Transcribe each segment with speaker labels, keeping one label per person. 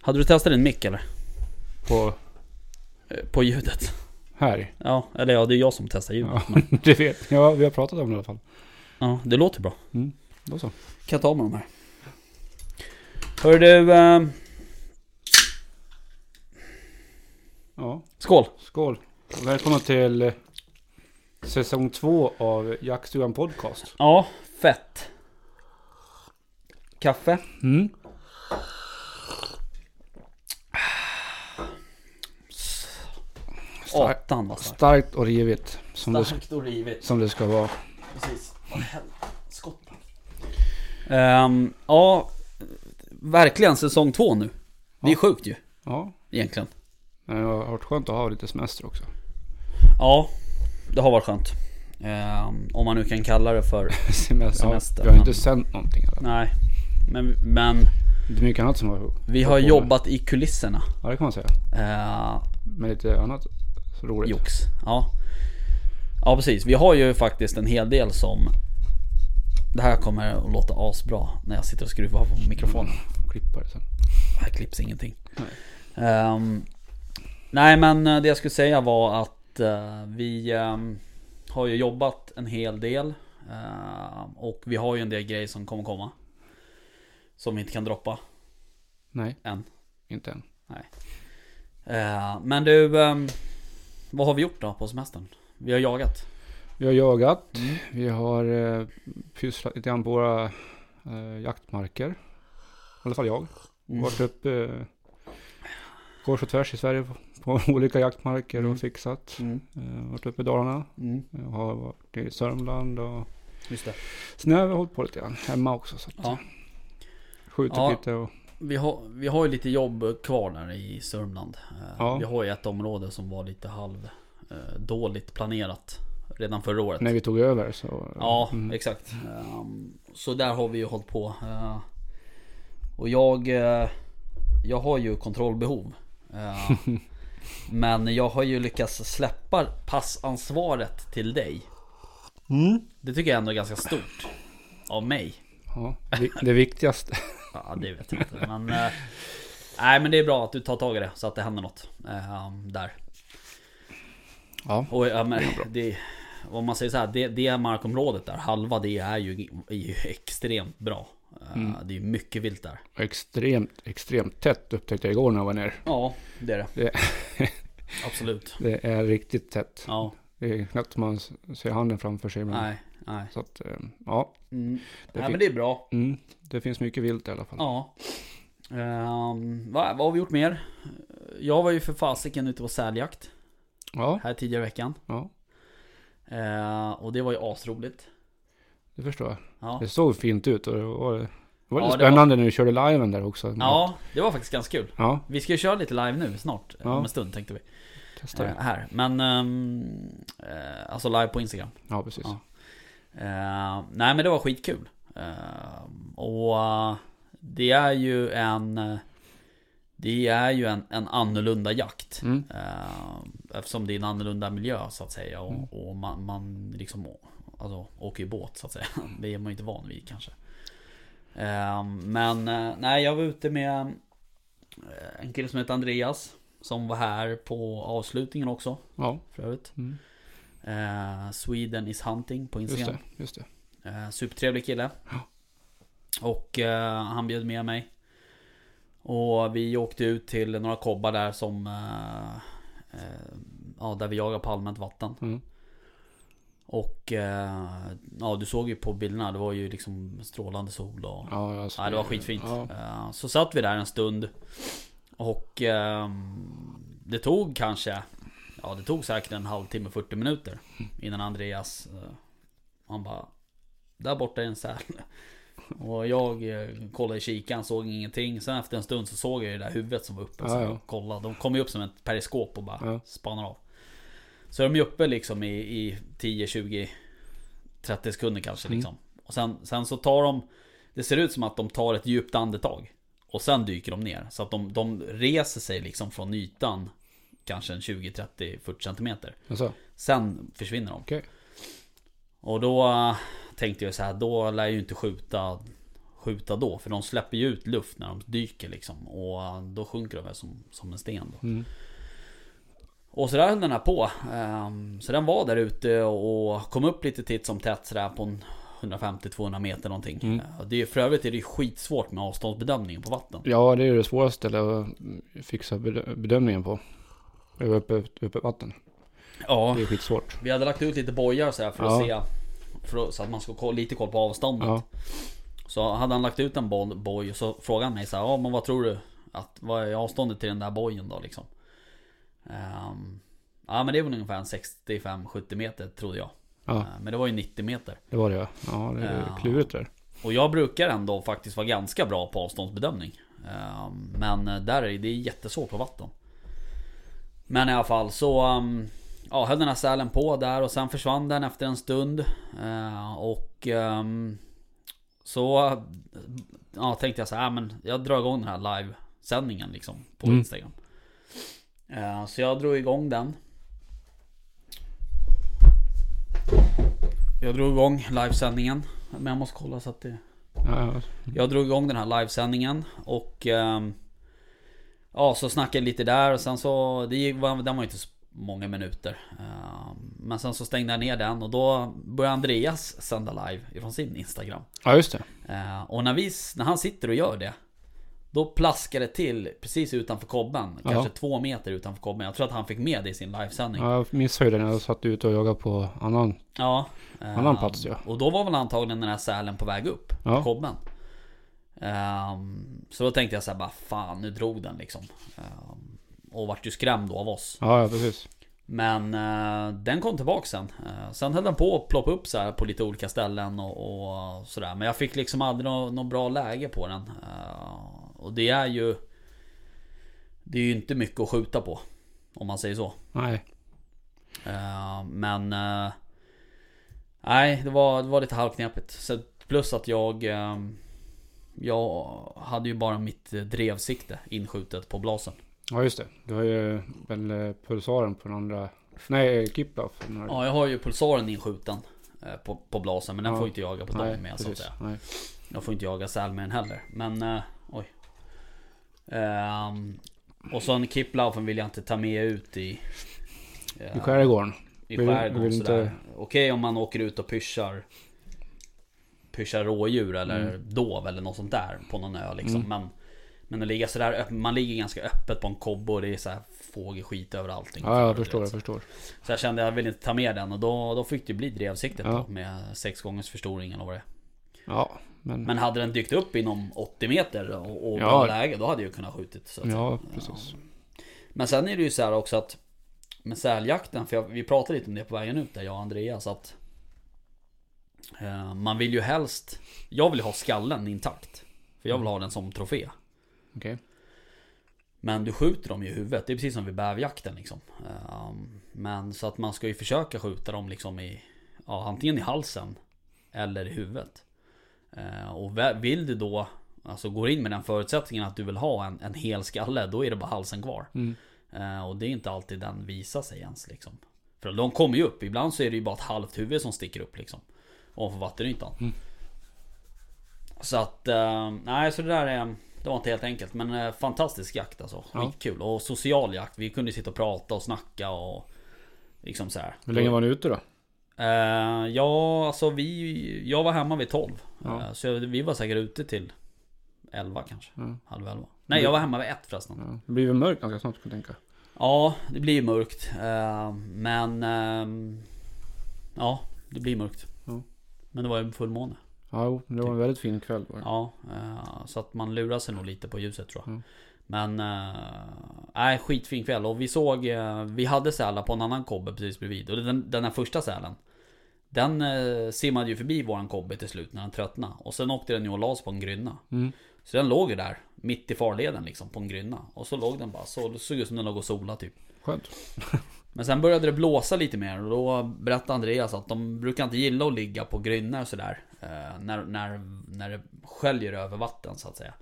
Speaker 1: Hade du testat din mick eller?
Speaker 2: På
Speaker 1: Eh, På ljudet?
Speaker 2: här.
Speaker 1: Ja, eller ja, det är jag som testar ljudet.
Speaker 2: Ja, du vet. Ja, vi har pratat om det i alla fall.
Speaker 1: Ja, det låter bra.
Speaker 2: Då så.
Speaker 1: Kan jag ta av mig de här? Hör du... Eh,
Speaker 2: Ja,
Speaker 1: skål!
Speaker 2: skål. Och välkomna till eh, säsong två av Jaktstugan Podcast.
Speaker 1: Ja, fett. Kaffe.
Speaker 2: Mm. Stark,
Speaker 1: Satan vad starkt.
Speaker 2: starkt och rivigt. Som det,
Speaker 1: Starkt och rivigt.
Speaker 2: som det ska vara.
Speaker 1: Precis. Vad Skott. Um, ja, verkligen säsong två nu. Det är
Speaker 2: Ja.
Speaker 1: sjukt ju,
Speaker 2: Ja,
Speaker 1: egentligen.
Speaker 2: men det har varit skönt att ha lite semester också.
Speaker 1: Ja, det har varit skönt. Ehm, om man nu kan kalla det för...
Speaker 2: Semester. Ja,
Speaker 1: Semester,
Speaker 2: vi har
Speaker 1: men-
Speaker 2: inte sänt någonting. Eller?
Speaker 1: Nej. Men, men
Speaker 2: Det är mycket annat som har...
Speaker 1: vi har jobbat i kulisserna.
Speaker 2: Ja, det kan man säga.
Speaker 1: Eh,
Speaker 2: Men lite annat roligt.
Speaker 1: jox. Ja. ja, precis. Vi har ju faktiskt en hel del som... Det här kommer att låta asbra när jag sitter och skruvar på mikrofonen.
Speaker 2: Klippa det sen.
Speaker 1: Här klipps ingenting. Nej, nej men eh, det jag skulle säga var att eh, vi ehm, har ju jobbat en hel del. eh, och vi har ju en del grejer som kommer komma. Som vi inte kan droppa
Speaker 2: Nej,
Speaker 1: än.
Speaker 2: inte än.
Speaker 1: Eh, men du, ehm, vad har vi gjort då på semestern? Vi har jagat.
Speaker 2: Vi har jagat.
Speaker 1: Mm.
Speaker 2: Vi har eh, pysslat lite grann på våra eh, jaktmarker. I alla fall jag.
Speaker 1: Mm.
Speaker 2: Varit upp eh, kors och tvärs i Sverige på, på olika jaktmarker och fixat.
Speaker 1: Mm.
Speaker 2: Eh, varit uppe i Dalarna.
Speaker 1: Mm.
Speaker 2: Jag har varit i Sörmland och
Speaker 1: Just det.
Speaker 2: sen har jag hållit på lite grann hemma också. Så att
Speaker 1: Ja.
Speaker 2: Skjutit
Speaker 1: Ja.
Speaker 2: lite och
Speaker 1: Vi har, vi har ju lite jobb kvar där i Sörmland. Eh,
Speaker 2: Ja.
Speaker 1: Vi har ju ett område som var lite halv eh, dåligt planerat redan förra året.
Speaker 2: när vi tog över så.
Speaker 1: Ja,
Speaker 2: Mm.
Speaker 1: exakt. typ. Ehm, Så där har vi ju hållit på. Eh, Och jag, eh, jag har ju kontrollbehov. Eh, Men jag har ju lyckats släppa passansvaret till dig. Det tycker jag ändå är ganska stort. Av mig.
Speaker 2: ja. Vi- Det viktigaste.
Speaker 1: Ja, det vet jag inte. Men, eh, nej, men det är bra att du tar tag i det så att det händer något. eh, där.
Speaker 2: Ja.
Speaker 1: Och, ja, men, det, om man säger så här, det, det markområdet där, halva det är ju, är ju extremt bra. Eh, Det är mycket vilt där.
Speaker 2: Extremt, extremt tätt upptäckte jag igår när jag var ner.
Speaker 1: Ja, det är det.
Speaker 2: Det,
Speaker 1: Absolut.
Speaker 2: det är riktigt tätt.
Speaker 1: Ja,
Speaker 2: Det är knappt man s- ser handen framför sig. ibland.
Speaker 1: nej, nej.
Speaker 2: Så att, eh, ja.
Speaker 1: Mm.
Speaker 2: Mm. Det
Speaker 1: nej
Speaker 2: fick-
Speaker 1: men det är bra.
Speaker 2: Mm, det finns mycket vilt i alla fall.
Speaker 1: Ja. Ehm, vad, vad har vi gjort mer? Jag var ju för fasiken ute på säljakt
Speaker 2: Ja,
Speaker 1: här tidigare i veckan.
Speaker 2: ja,
Speaker 1: Eh, och det var ju asroligt.
Speaker 2: det förstår jag.
Speaker 1: Ja.
Speaker 2: Det såg fint ut och det var, det var
Speaker 1: Ja,
Speaker 2: lite
Speaker 1: det var-
Speaker 2: spännande när du körde liven där också.
Speaker 1: Ja, det var faktiskt ganska kul.
Speaker 2: Ja,
Speaker 1: Vi ska ju köra lite live nu snart,
Speaker 2: Ja.
Speaker 1: om en stund tänkte vi.
Speaker 2: testa
Speaker 1: Eh,
Speaker 2: det.
Speaker 1: här. Men, ehm, eh, alltså live på Instagram.
Speaker 2: Ja, precis.
Speaker 1: Ja. Eh, nej men det var skitkul. Eh, och eh, det är ju en, eh, det är ju en, en annorlunda jakt.
Speaker 2: Mm.
Speaker 1: Eh, eftersom det är en annorlunda miljö så att säga. Och, och man, man liksom å- alltså, åker ju båt så att säga. Det är man ju inte van vid kanske. Eh, men eh, nej, jag var ute med eh, en kille som heter Andreas. Som var här på avslutningen också
Speaker 2: Ja,
Speaker 1: för övrigt.
Speaker 2: Mm.
Speaker 1: Eh, Sweden is hunting på
Speaker 2: just
Speaker 1: Instagram.
Speaker 2: det. Just det.
Speaker 1: Eh, supertrevlig kille. Och eh, han bjöd med mig. Och vi åkte ut till några kobbar där som... Eh, eh, ja, där vi jagar på allmänt vatten.
Speaker 2: Mm.
Speaker 1: Och eh, ja, du såg ju på bilderna, det var ju liksom strålande sol och...
Speaker 2: Ja, alltså,
Speaker 1: Ja, det var skitfint.
Speaker 2: Ja,
Speaker 1: Eh, Så satt vi där en stund och ehm, det tog kanske, ja det tog säkert en halvtimme, 40 minuter innan Andreas, eh, han bara, där borta är en säl. Och jag eh, kollade i kikaren, såg ingenting. Sen efter en stund så såg jag ju det där huvudet som var uppe. så
Speaker 2: Ja, ja.
Speaker 1: jag kollade. De kom ju upp som ett periskop och bara
Speaker 2: Ja.
Speaker 1: spanar av. Så de är uppe liksom i, i 10, 20, 30 sekunder kanske
Speaker 2: Mm.
Speaker 1: liksom. Och sen, sen så tar de Det ser ut som att de tar ett djupt andetag Och sen dyker de ner Så att de, de reser sig liksom från ytan Kanske en 20, 30, 40 centimeter
Speaker 2: alltså,
Speaker 1: Sen försvinner de
Speaker 2: okej.
Speaker 1: Och då eh, tänkte jag så här Då lär jag ju inte skjuta skjuta då. För de släpper ju ut luft när de dyker liksom. Och då sjunker de väl som, som en sten då.
Speaker 2: Mm.
Speaker 1: Och så där höll den här på. Ehm, Så den var där ute och kom upp lite titt som tätt sådär på en 150-200 meter någonting.
Speaker 2: Mm.
Speaker 1: Eh, Det är, för övrigt är det ju skitsvårt med avståndsbedömningen på vatten.
Speaker 2: Ja, det är ju det svåraste eller, att fixa bedö- bedömningen på. Över uppe, uppe i vatten.
Speaker 1: Ja,
Speaker 2: Det är skitsvårt.
Speaker 1: vi hade lagt ut lite bojar sådär för att
Speaker 2: Ja.
Speaker 1: se. För att, så att man ska ha koll- lite koll på avståndet.
Speaker 2: Ja.
Speaker 1: Så hade han lagt ut en bo- boj och så frågade han mig så här, ja men vad tror du? Att, vad är avståndet till den där bojen då liksom? Ehm, ja men det är väl ungefär en 65-70 meter trodde jag.
Speaker 2: ja,
Speaker 1: Eh, Men det var ju 90 meter.
Speaker 2: det var det ja. Ja, det är
Speaker 1: Ja.
Speaker 2: klurigt det där.
Speaker 1: Och jag brukar ändå faktiskt vara ganska bra på avståndsbedömning. Ehm, Men eh, där är det jättesvårt på vatten. Men i alla fall så ehm, ja, höll den här sälen på där och sen försvann den efter en stund. Eh, Och ehm, så eh, ja, tänkte jag så här, "Äh, men jag drar igång den här livesändningen liksom på
Speaker 2: Mm.
Speaker 1: Instagram. Eh, Så jag drog igång den. Jag drog igång livesändningen. Men jag måste kolla så att det...
Speaker 2: Ja, ja.
Speaker 1: Jag drog igång den här livesändningen och ehm, Ja så snackade jag lite där och sen så Det gick, var- den var ju inte så många minuter Ehm, Men sen så stängde jag ner den och då Började Andreas sända live ifrån sin Instagram
Speaker 2: ja, just det.
Speaker 1: Eh, Och när, vi, s- när han sitter och gör det Då plaskar det till precis utanför kobben
Speaker 2: Ja.
Speaker 1: Kanske två meter utanför kobben Jag tror att han fick med det i sin livesändning
Speaker 2: Ja, jag minns ju det när jag satt ute och jagade på annan.
Speaker 1: Ja. eh,
Speaker 2: Annan plats, ja.
Speaker 1: Och då var väl antagligen den här sälen på väg upp.
Speaker 2: Ja.
Speaker 1: På kobben. Ehm, så då tänkte jag så här bara fan nu drog den liksom. Ehm, och vart ju skrämd då av oss.
Speaker 2: Ja, ja precis.
Speaker 1: Men eh, den kom tillbaka sen. Eh, sen höll den på att ploppa upp så här på lite olika ställen och, och sådär. Men jag fick liksom aldrig något nå bra läge på den. Eh, och det är ju... Det är ju inte mycket att skjuta på. Om man säger så.
Speaker 2: Nej.
Speaker 1: Eh, men... eh, nej, det var, det var lite halvknepigt. Så, plus att jag... eh, jag hade ju bara mitt eh, drevsikte inskjutet på blasen.
Speaker 2: Ja, just det. Du har ju väl eh, pulsaren på den andra. Nej, Kiplaff. Den här-
Speaker 1: Ja, jag har ju pulsaren inskjuten eh, på, på blasen. Men den
Speaker 2: Ja.
Speaker 1: får inte jaga på
Speaker 2: Nej,
Speaker 1: dagen med så att
Speaker 2: precis.
Speaker 1: säga.
Speaker 2: Nej.
Speaker 1: Jag får inte jaga säl med den heller. Men... eh, oj. Ehm, och sen kipplaufen vill jag inte ta med ut i... eh,
Speaker 2: I skärgården.
Speaker 1: I
Speaker 2: Vill-
Speaker 1: skärgården
Speaker 2: vill
Speaker 1: sådär.
Speaker 2: inte-
Speaker 1: Okej om man åker ut och pyschar Pyschar rådjur eller
Speaker 2: Mm.
Speaker 1: dov eller något sånt där på någon ö liksom. Men, men att ligga sådär öpp- man ligger ganska öppet på en kobbe och det är såhär fågelskit överallt.
Speaker 2: Ja,
Speaker 1: Du
Speaker 2: jag
Speaker 1: vet.
Speaker 2: förstår, jag förstår.
Speaker 1: Så jag kände jag vill inte ta med den och då, då fick det bli drevsiktet
Speaker 2: Ja.
Speaker 1: då, med sex gångers förstoring eller vad det är.
Speaker 2: Ja, men...
Speaker 1: Men hade den dykt upp inom 80 meter och, och
Speaker 2: Ja.
Speaker 1: bra läge då hade jag ju kunnat skjutit. Så att säga.
Speaker 2: ja, precis.
Speaker 1: Men sen är det ju så här också att Med säljakten, för jag, vi pratade lite om det på vägen ut där jag och Andreas att eh, Man vill ju helst Jag vill ha skallen intakt För jag vill ha den som trofé
Speaker 2: Okej.
Speaker 1: Men du skjuter dem ju i huvudet, det är precis som vid bävjakten liksom Eh, Men så att man ska ju försöka skjuta dem liksom i Ja antingen i halsen Eller i huvudet Eh, Och vä- vill du då Alltså går in med den förutsättningen att du vill ha en, en hel skalle Då är det bara halsen kvar
Speaker 2: Mm.
Speaker 1: Eh, Och det är inte alltid den visar sig ens liksom. För de kommer ju upp, ibland så är det ju bara ett halvt huvud som sticker upp liksom. Ovanför vattenytan.
Speaker 2: Mm.
Speaker 1: Så att, eh, nej så det där är... Det var inte helt enkelt men eh, fantastisk jakt alltså.
Speaker 2: Ja.
Speaker 1: Skitkul. Och social jakt. Vi kunde sitta och prata och snacka och... Liksom så här.
Speaker 2: Hur länge var ni ute då?
Speaker 1: Eh, ja, alltså vi... Jag var hemma vid 12.
Speaker 2: Ja.
Speaker 1: Eh, så jag, vi var säkert ute till 11 kanske.
Speaker 2: Ja.
Speaker 1: Halv 11. Nej, jag var hemma vid 1 förresten.
Speaker 2: Ja. Det blir väl mörkt ganska snart kan jag tänka.
Speaker 1: Ja, det blir mörkt. eh, Men... ehm, Ja, det blir mörkt.
Speaker 2: Ja. Mm.
Speaker 1: Men det var ju en fullmåne.
Speaker 2: Ja, jo, det var en väldigt fin kväll. Var det.
Speaker 1: Ja, eh, så att man lurar sig nog lite på ljuset tror jag.
Speaker 2: Mm.
Speaker 1: Men... eh, Nej, skitfin kväll. Och vi såg... eh, Vi hade sälar på en annan kobbe precis bredvid. Och den, den här första sälen. Den eh, simmade ju förbi våran kobbe till slut när den tröttnade. Och sen åkte den ju och lades på en grynna.
Speaker 2: Mm.
Speaker 1: Så den låg ju där. Mitt i farleden liksom, på en grynna. Och så låg den bara så. Det såg ut som den låg och sola typ.
Speaker 2: Skönt.
Speaker 1: Men sen började det blåsa lite mer och då berättade Andreas att de brukar inte gilla att ligga på grynnor och sådär. eh, När, när, när det sköljer över vatten så att säga.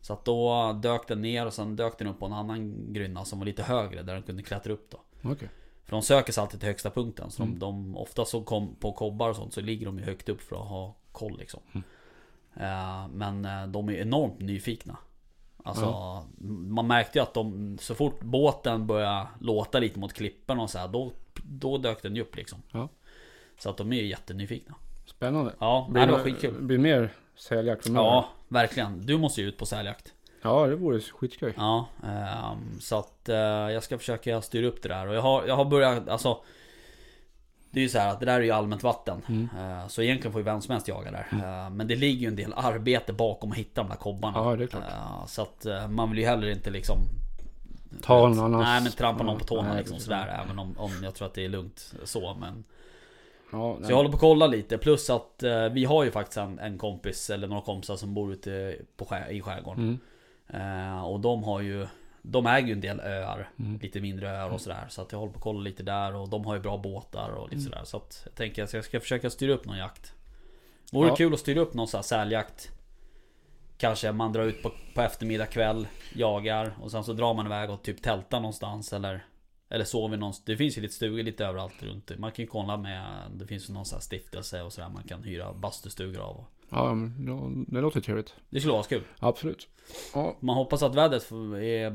Speaker 1: Så att då dök den ner och sen dök den upp på en annan grynna som var lite högre där den kunde klättra upp då.
Speaker 2: Okej.
Speaker 1: För de söker sig alltid till högsta punkten.
Speaker 2: Mm. Mm.
Speaker 1: Så de, de, ofta så kom, på kobbar och sånt så ligger de ju högt upp för att ha koll liksom. Eh, Men eh, de är enormt nyfikna. Alltså, man märkte ju att de, så fort båten började låta lite mot klipporna och så här, då, då dök den ju upp liksom.
Speaker 2: Ja.
Speaker 1: Så att de är ju jättenyfikna.
Speaker 2: Spännande.
Speaker 1: Ja, nej,
Speaker 2: Blir
Speaker 1: det var skitkul.
Speaker 2: Blir mer säljakt framöver.
Speaker 1: Ja, verkligen. Du måste ju ut på säljakt.
Speaker 2: ja, det vore skitkul.
Speaker 1: Ja, ehm, så att eh, jag ska försöka styra upp det där. Och jag har, jag har börjat, alltså Det är ju så här att det där är ju allmänt vatten.
Speaker 2: Mm.
Speaker 1: Eh, så egentligen får ju vem som helst jaga där. Eh, men det ligger ju en del arbete bakom att hitta de där kobbarna.
Speaker 2: Ja, det är klart.
Speaker 1: Eh, så att eh, man vill ju heller inte liksom
Speaker 2: Ta
Speaker 1: vet,
Speaker 2: någon annans...
Speaker 1: Nej men trampa någon på tårna
Speaker 2: Nej,
Speaker 1: liksom
Speaker 2: precis.
Speaker 1: sådär. Även om, om jag tror att det är lugnt så. Men,
Speaker 2: Ja,
Speaker 1: så jag håller på att kolla lite. Plus att eh, vi har ju faktiskt en, en kompis eller några kompisar som bor ute på skär, i skärgården.
Speaker 2: Mm. Mm.
Speaker 1: Eh, och de har ju De äger ju en del öar Lite mindre öar och sådär Så att jag håller på att kolla lite där och de har ju bra båtar och
Speaker 2: Mm.
Speaker 1: lite sådär Så att jag tänker att jag ska försöka styra upp någon jakt Vore
Speaker 2: Ja.
Speaker 1: kul att styra upp någon sån här säljakt Kanske man drar ut på, på eftermiddag kväll Jagar och sen så drar man iväg och typ tältar någonstans eller Eller sover någonstans Det finns ju lite stugor lite överallt runt Man kan ju kolla med Det finns ju någon sån här stiftelse och sådär man kan hyra bastustugor av och,
Speaker 2: Ja, men då- det låter trevligt.
Speaker 1: Det skulle vara kul
Speaker 2: Absolut. Ja,
Speaker 1: Man hoppas att vädret är...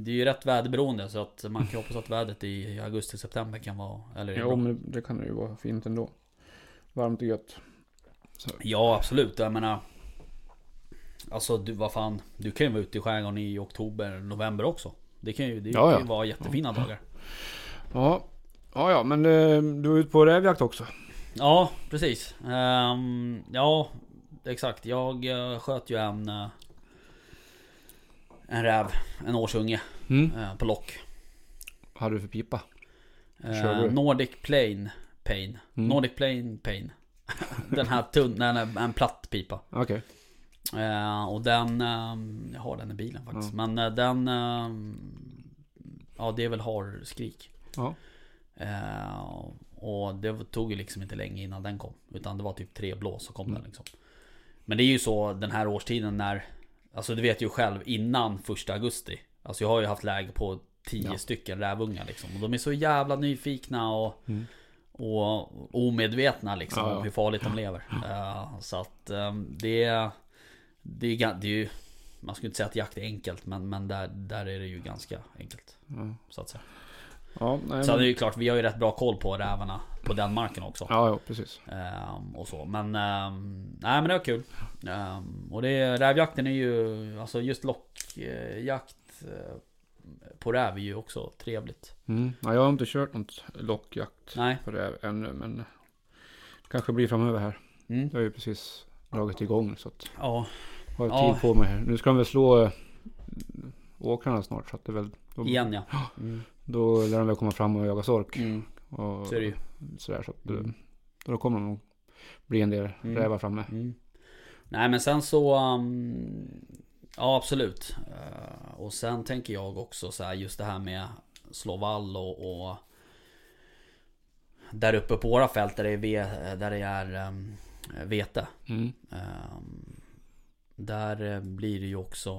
Speaker 1: Det är ju rätt väderberoende så att man kan hoppas att vädret i augusti-september kan vara... Eller är
Speaker 2: jo,
Speaker 1: bra.
Speaker 2: men det kan ju vara fint ändå. Varmt och gött.
Speaker 1: Ja absolut, jag menar... Alltså du, vad fan. Du kan ju vara ute i skärgården i oktober, november också. Det kan ju, det
Speaker 2: Ja,
Speaker 1: kan ju
Speaker 2: ja.
Speaker 1: vara jättefina dagar.
Speaker 2: Ja, ja, ja men eh, du är ute på rävjakt också.
Speaker 1: Ja, precis. Ehm, ja, exakt. Jag eh, sköt ju en... eh, En räv, en årsunge
Speaker 2: Mm.
Speaker 1: eh, på lock.
Speaker 2: Vad hade du för pipa? Kör
Speaker 1: Eh,
Speaker 2: du?
Speaker 1: Nordic Plane Pain.
Speaker 2: Mm.
Speaker 1: Nordic Plane Pain. den här tunna, en, en platt pipa.
Speaker 2: Okej.
Speaker 1: Eh, och den, ehm, jag har den i bilen faktiskt. Men eh, den, ehm, ja det är väl harskrik.
Speaker 2: Ja.
Speaker 1: Eh, och det tog ju liksom inte länge innan den kom. Utan det var typ tre blås så kom den liksom. Men det är ju så den här årstiden när, alltså du vet ju själv innan första augusti. Alltså jag har ju haft läge på tio
Speaker 2: Ja.
Speaker 1: stycken rävungar liksom. Och de är så jävla nyfikna och, och omedvetna liksom
Speaker 2: Mm. Ja, ja.
Speaker 1: om hur farligt de lever. Eh, så att eh, det, är- det, är, gan- det är ju, man skulle inte säga att jakt är enkelt men, men där, där är det ju ganska enkelt.
Speaker 2: Ja.
Speaker 1: Så att säga.
Speaker 2: Ja, nej,
Speaker 1: Sen är
Speaker 2: men,
Speaker 1: det ju klart, vi har ju rätt bra koll på rävarna på den marken också.
Speaker 2: ja, ja, precis.
Speaker 1: Ehm, och så. Men, ehm, nej men det var kul. Ehm, och det, rävjakten är ju, alltså just lockjakt eh, på räv är ju också trevligt.
Speaker 2: Mm. Ja, jag har inte kört något lockjakt
Speaker 1: Nej.
Speaker 2: på räv ännu, men det kanske blir framöver här.
Speaker 1: Mm.
Speaker 2: Jag har ju precis dragit igång så att
Speaker 1: Ja,
Speaker 2: har jag
Speaker 1: Ja.
Speaker 2: tid på mig här. Nu ska de väl slå eh, åkrarna snart så att det väl... Då,
Speaker 1: igen ja. Mm.
Speaker 2: då lär de väl komma fram och jaga sork. Och,
Speaker 1: Så är det ju.
Speaker 2: Sådär, så att,
Speaker 1: Mm.
Speaker 2: eh, Då kommer de nog bli en del
Speaker 1: Mm.
Speaker 2: rävar framme.
Speaker 1: Mm. Nej men sen så... ehm, ja absolut. Eh, och sen tänker jag också så här just det här med slå vall och... och där uppe på våra fält där det är, ve, där det är ehm, vete.
Speaker 2: Mm.
Speaker 1: Ehm, där eh, blir det ju också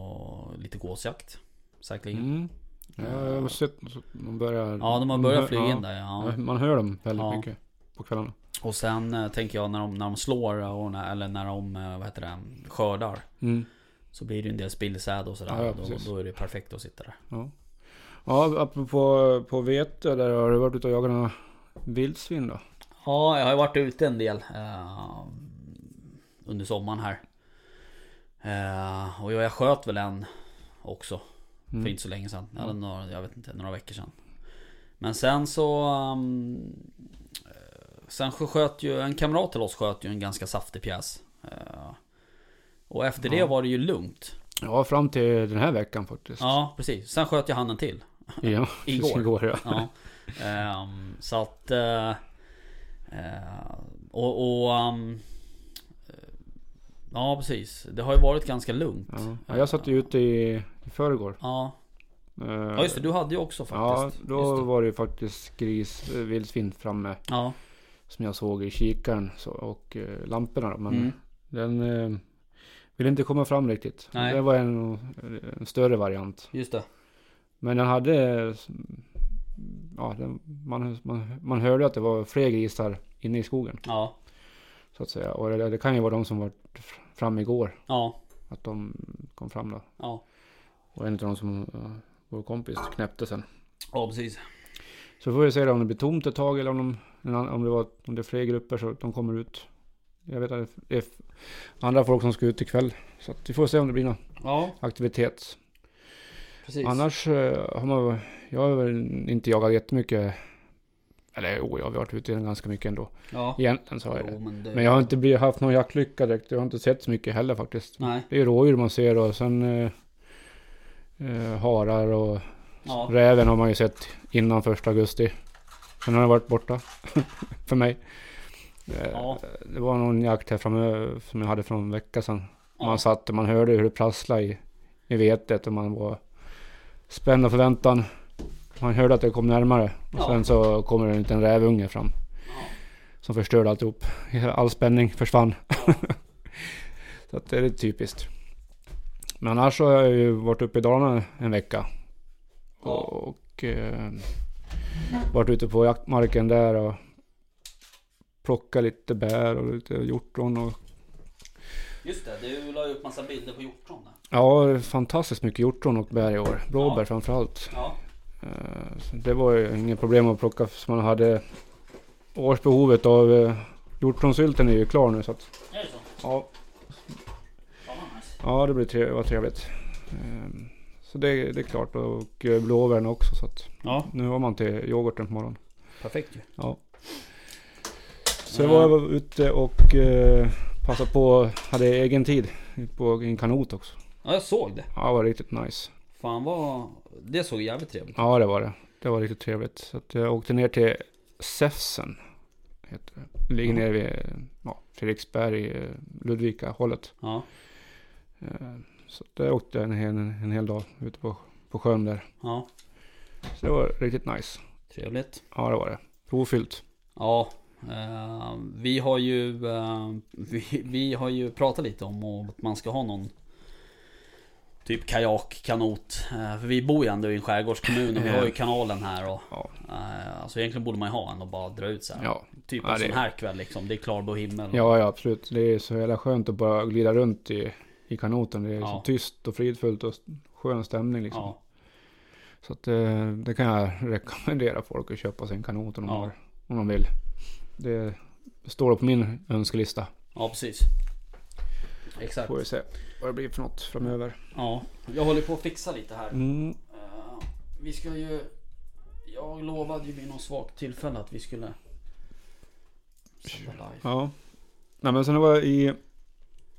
Speaker 1: lite gåsjakt. Säkerligen.
Speaker 2: Mm. Ja, jag har sett att de börjar...
Speaker 1: Eh. Ja, de har börjat
Speaker 2: hör-
Speaker 1: flyga
Speaker 2: ja.
Speaker 1: in där ja.
Speaker 2: Ja, Man hör dem väldigt
Speaker 1: Ja.
Speaker 2: mycket på kvällarna.
Speaker 1: Och sen eh, tänker jag när de, när de slår och när, eller när de eh, vad heter det, skördar.
Speaker 2: Mm.
Speaker 1: Så blir det ju en del spillsäd och sådär.
Speaker 2: Ja, ja,
Speaker 1: då,
Speaker 2: precis.
Speaker 1: då är det perfekt att sitta där.
Speaker 2: Ja. ja, apropå på vete där har du varit ute och jagat några vildsvin då?
Speaker 1: Ja, jag har ju varit ute en del eh, under sommaren här. Eh, och jag, jag sköt väl en också. För inte så länge sedan. Eller några, jag vet inte, några veckor sedan. Men sen så... ehm, eh, sen så sköt ju en kamrat till oss sköt ju en ganska saftig pjäs. Eh, och efter det var det ju lugnt.
Speaker 2: Ja, fram till den här veckan faktiskt.
Speaker 1: Ja, precis. Sen sköt jag handen till.
Speaker 2: Ja, precis,
Speaker 1: Igår.
Speaker 2: igår ja.
Speaker 1: Ja. Ehm, så att... eh, eh, och... och ehm, eh, ja, precis. Det har ju varit ganska lugnt.
Speaker 2: Ja. Ja, jag satt ju ute i, i förrgår.
Speaker 1: Ja,
Speaker 2: Eh,
Speaker 1: ja just det. Du hade ju också
Speaker 2: Ja,
Speaker 1: faktiskt.
Speaker 2: då
Speaker 1: Just det.
Speaker 2: var det ju faktiskt gris, eh, vildsvin framme
Speaker 1: Ja,
Speaker 2: som jag såg i kikaren så, och eh, lamporna då. Men
Speaker 1: Mm.
Speaker 2: den eh, ville inte komma fram riktigt.
Speaker 1: Nej.
Speaker 2: Det var en, en större variant.
Speaker 1: just det.
Speaker 2: Men den hade... eh, Ja, den, man, man, man hörde att det var fler grisar inne i skogen.
Speaker 1: Ja.
Speaker 2: Så att säga. Och det, det kan ju vara de som var fram igår.
Speaker 1: Ja,
Speaker 2: Att de kom fram då.
Speaker 1: ja,
Speaker 2: Och en av de som uh, vår kompis knäppte sen.
Speaker 1: ja precis.
Speaker 2: Så får vi se då om det blir tomt ett tag eller om, de, en annan- om, det, var, om det är fler grupper så att de kommer ut. Jag vet att det är f- andra folk som ska ut ikväll. Så att vi får se om det blir någon
Speaker 1: Ja,
Speaker 2: aktivitet.
Speaker 1: precis.
Speaker 2: Annars eh, har man Jag har väl inte jagat jättemycket. Eller jo, jag har varit ute ganska mycket ändå.
Speaker 1: Ja.
Speaker 2: Egentligen så har jag
Speaker 1: Jo,
Speaker 2: det.
Speaker 1: men det...
Speaker 2: Men jag har inte blivit, haft någon jaktlycka direkt. Jag har inte sett så mycket heller faktiskt.
Speaker 1: Nej.
Speaker 2: Det är rådjur man ser och sen eh, eh, harar och
Speaker 1: Ja.
Speaker 2: räven har man ju sett innan första augusti. Sen har den varit borta för mig. Eh,
Speaker 1: Ja.
Speaker 2: Det var någon jakt här framöver som jag hade för en vecka sedan.
Speaker 1: Ja.
Speaker 2: Man satt och man hörde hur det prasslade i, i vetet och man var spänd av förväntan. Man hörde att det kom närmare. Och
Speaker 1: Ja.
Speaker 2: sen så kommer det en liten rävunge fram. Som förstörde alltihop. Hela- All spänning försvann. så att det är lite typiskt. Men annars så har jag ju varit uppe i Dalarna en vecka.
Speaker 1: Ja.
Speaker 2: Och eh, varit ute på jaktmarken där och plockat lite bär och lite hjortron och
Speaker 1: Just det, du la ju upp massa bilder på hjortron där.
Speaker 2: Ja, fantastiskt mycket hjortron och bär i år. Blåbär framförallt.
Speaker 1: Ja.
Speaker 2: Eh, så Det var ju inget problem att plocka för man hade årsbehovet av eh, hjortronsylten är ju klar nu så att
Speaker 1: Är det så?
Speaker 2: ja,
Speaker 1: Ja, vad nice.
Speaker 2: ja det blir tre, var trevligt. Eh, Så det, det är klart och eh, blåbären också så att
Speaker 1: Ja,
Speaker 2: nu har man till yoghurten på morgonen.
Speaker 1: perfekt ju.
Speaker 2: Ja. Så jag var ute och eh, passade på, hade egen tid på en kanot också.
Speaker 1: Ja, jag såg det.
Speaker 2: Ja, det var riktigt nice.
Speaker 1: Fan vad... Det såg jävligt trevligt
Speaker 2: Ja, det var det. Det var riktigt trevligt. Så att jag åkte ner till Säfsen. Heter det. det ligger nere vid ja, Fredriksberg, eh, Ludvika hållet.
Speaker 1: Ja,
Speaker 2: Eh, Så att där åkte jag en, en, en hel dag ute på, på sjön där.
Speaker 1: ja.
Speaker 2: Så det var riktigt nice.
Speaker 1: Trevligt.
Speaker 2: Ja, det var det. Provfyllt.
Speaker 1: Ja. eh, vi har ju eh, vi, vi har ju pratat lite om att man ska ha någon Typ kajak, kanot. Eh, För vi bor ju ändå i en skärgårdskommun och vi har ju kanalen här och
Speaker 2: Ja.
Speaker 1: eh, Alltså egentligen borde man ju ha en och bara dra ut så här.
Speaker 2: Ja,
Speaker 1: Typ
Speaker 2: Ja,
Speaker 1: en
Speaker 2: det-
Speaker 1: sån här kväll liksom. Det är klarblå himmel. och-
Speaker 2: ja, ja absolut. Det är så jävla skönt att bara glida runt i, i kanoten. Det är
Speaker 1: Ja.
Speaker 2: så tyst och fridfullt och skön stämning liksom.
Speaker 1: Ja,
Speaker 2: Så att, eh, det kan jag rekommendera folk att köpa sin kanot om, de,
Speaker 1: Ja.
Speaker 2: har, om de vill. Det står på min önskelista.
Speaker 1: ja precis. Exakt.
Speaker 2: Får vi se vad det blir för något framöver.
Speaker 1: Ja, jag håller på att fixa lite här.
Speaker 2: Mm.
Speaker 1: Eh, vi ska ju... Jag lovade ju vid något svagt tillfälle att vi skulle... Sända live.
Speaker 2: Ja. Nej, men sen var jag i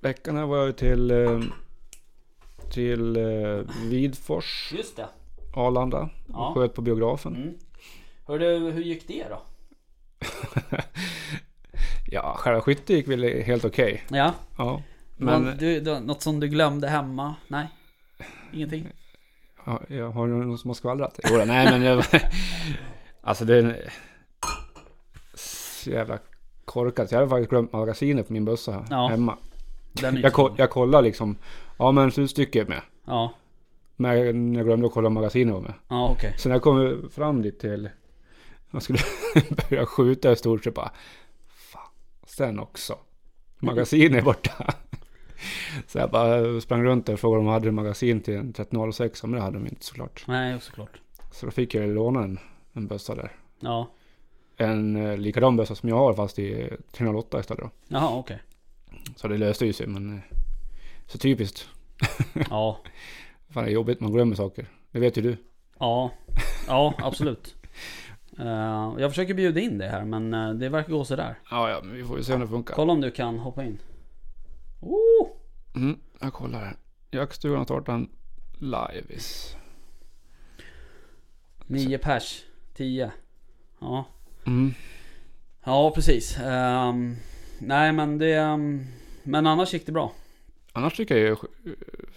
Speaker 2: veckan här var jag till, eh, till eh, Vidfors,
Speaker 1: Just det.
Speaker 2: Arlanda. Och
Speaker 1: Ja.
Speaker 2: sköt på biografen.
Speaker 1: Mm. Hörru, hur gick det då?
Speaker 2: Ja, själva skyttet gick väl helt okej.
Speaker 1: Ja,
Speaker 2: Ja.
Speaker 1: men...
Speaker 2: Men
Speaker 1: du, du, något som du glömde hemma? Nej? Ingenting?
Speaker 2: Ja, jag har du någon som har skvallrat? Jo, då, nej men det var... Alltså det är en... Så jävla korkat. Jag hade faktiskt glömt magasinet på min bössa här
Speaker 1: Ja.
Speaker 2: hemma.
Speaker 1: Den är
Speaker 2: Jag, ko-
Speaker 1: inte-
Speaker 2: jag kollar liksom. Ja men slutstycket är med.
Speaker 1: Ja,
Speaker 2: Men jag glömde att kolla om magasinet var med.
Speaker 1: ja okej.
Speaker 2: Så när jag kom fram dit till... Jag skulle börja skjuta i stort sett bara... Fan, sen också. Magasinet är borta. Så jag bara sprang runt där och frågade om de hade magasin till en 3006. Men det hade de inte såklart.
Speaker 1: Nej, såklart.
Speaker 2: Så då fick jag låna en, en bössa där.
Speaker 1: Ja.
Speaker 2: En eh, likadan bössa som jag har fast i eh, 308 istället då.
Speaker 1: Jaha, okej.
Speaker 2: Så det löste ju sig men... eh, Så typiskt.
Speaker 1: Ja.
Speaker 2: Fan det är jobbigt, man glömmer saker. Det vet ju du.
Speaker 1: Ja, ja absolut. Eh, jag försöker bjuda in dig här men eh, det verkar gå sådär.
Speaker 2: Ja, ja, men vi får ju se om det funkar.
Speaker 1: Kolla om du kan hoppa in. Oh!
Speaker 2: Mm, jag kollar här. Jaktstugan har startat en liveis.
Speaker 1: Nio pers. Tio. Ja,
Speaker 2: Mm.
Speaker 1: ja precis. Ehm, nej men det... ehm, men annars gick det bra.
Speaker 2: Annars tycker jag ju sk-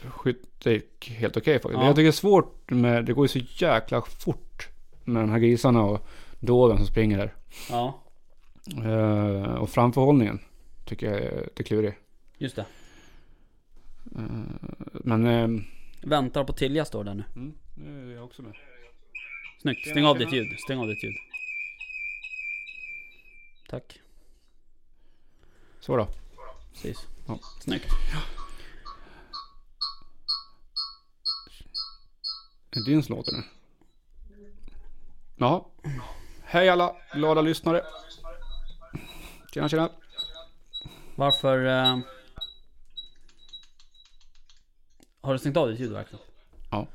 Speaker 2: skytte gick helt okej faktiskt.
Speaker 1: Ja.
Speaker 2: Jag tycker det är svårt med, det går ju så jäkla fort med de här grisarna och doven som springer där.
Speaker 1: Ja,
Speaker 2: Eh, och framförhållningen tycker jag är lite klurig.
Speaker 1: just det.
Speaker 2: Eh, Men... eh,
Speaker 1: Väntar på Tilja står där nu.
Speaker 2: Nu Mm, är jag också med.
Speaker 1: Snyggt. Stäng av ditt ljud. Stäng av ditt ljud. Tack.
Speaker 2: Så då.
Speaker 1: Precis.
Speaker 2: Ja.
Speaker 1: Snyggt.
Speaker 2: Det är din som låter nu. Ja. Hej alla glada lyssnare. Tjena tjena.
Speaker 1: Varför... Eh, har du stängt av ditt ljud verkligen?
Speaker 2: Ja.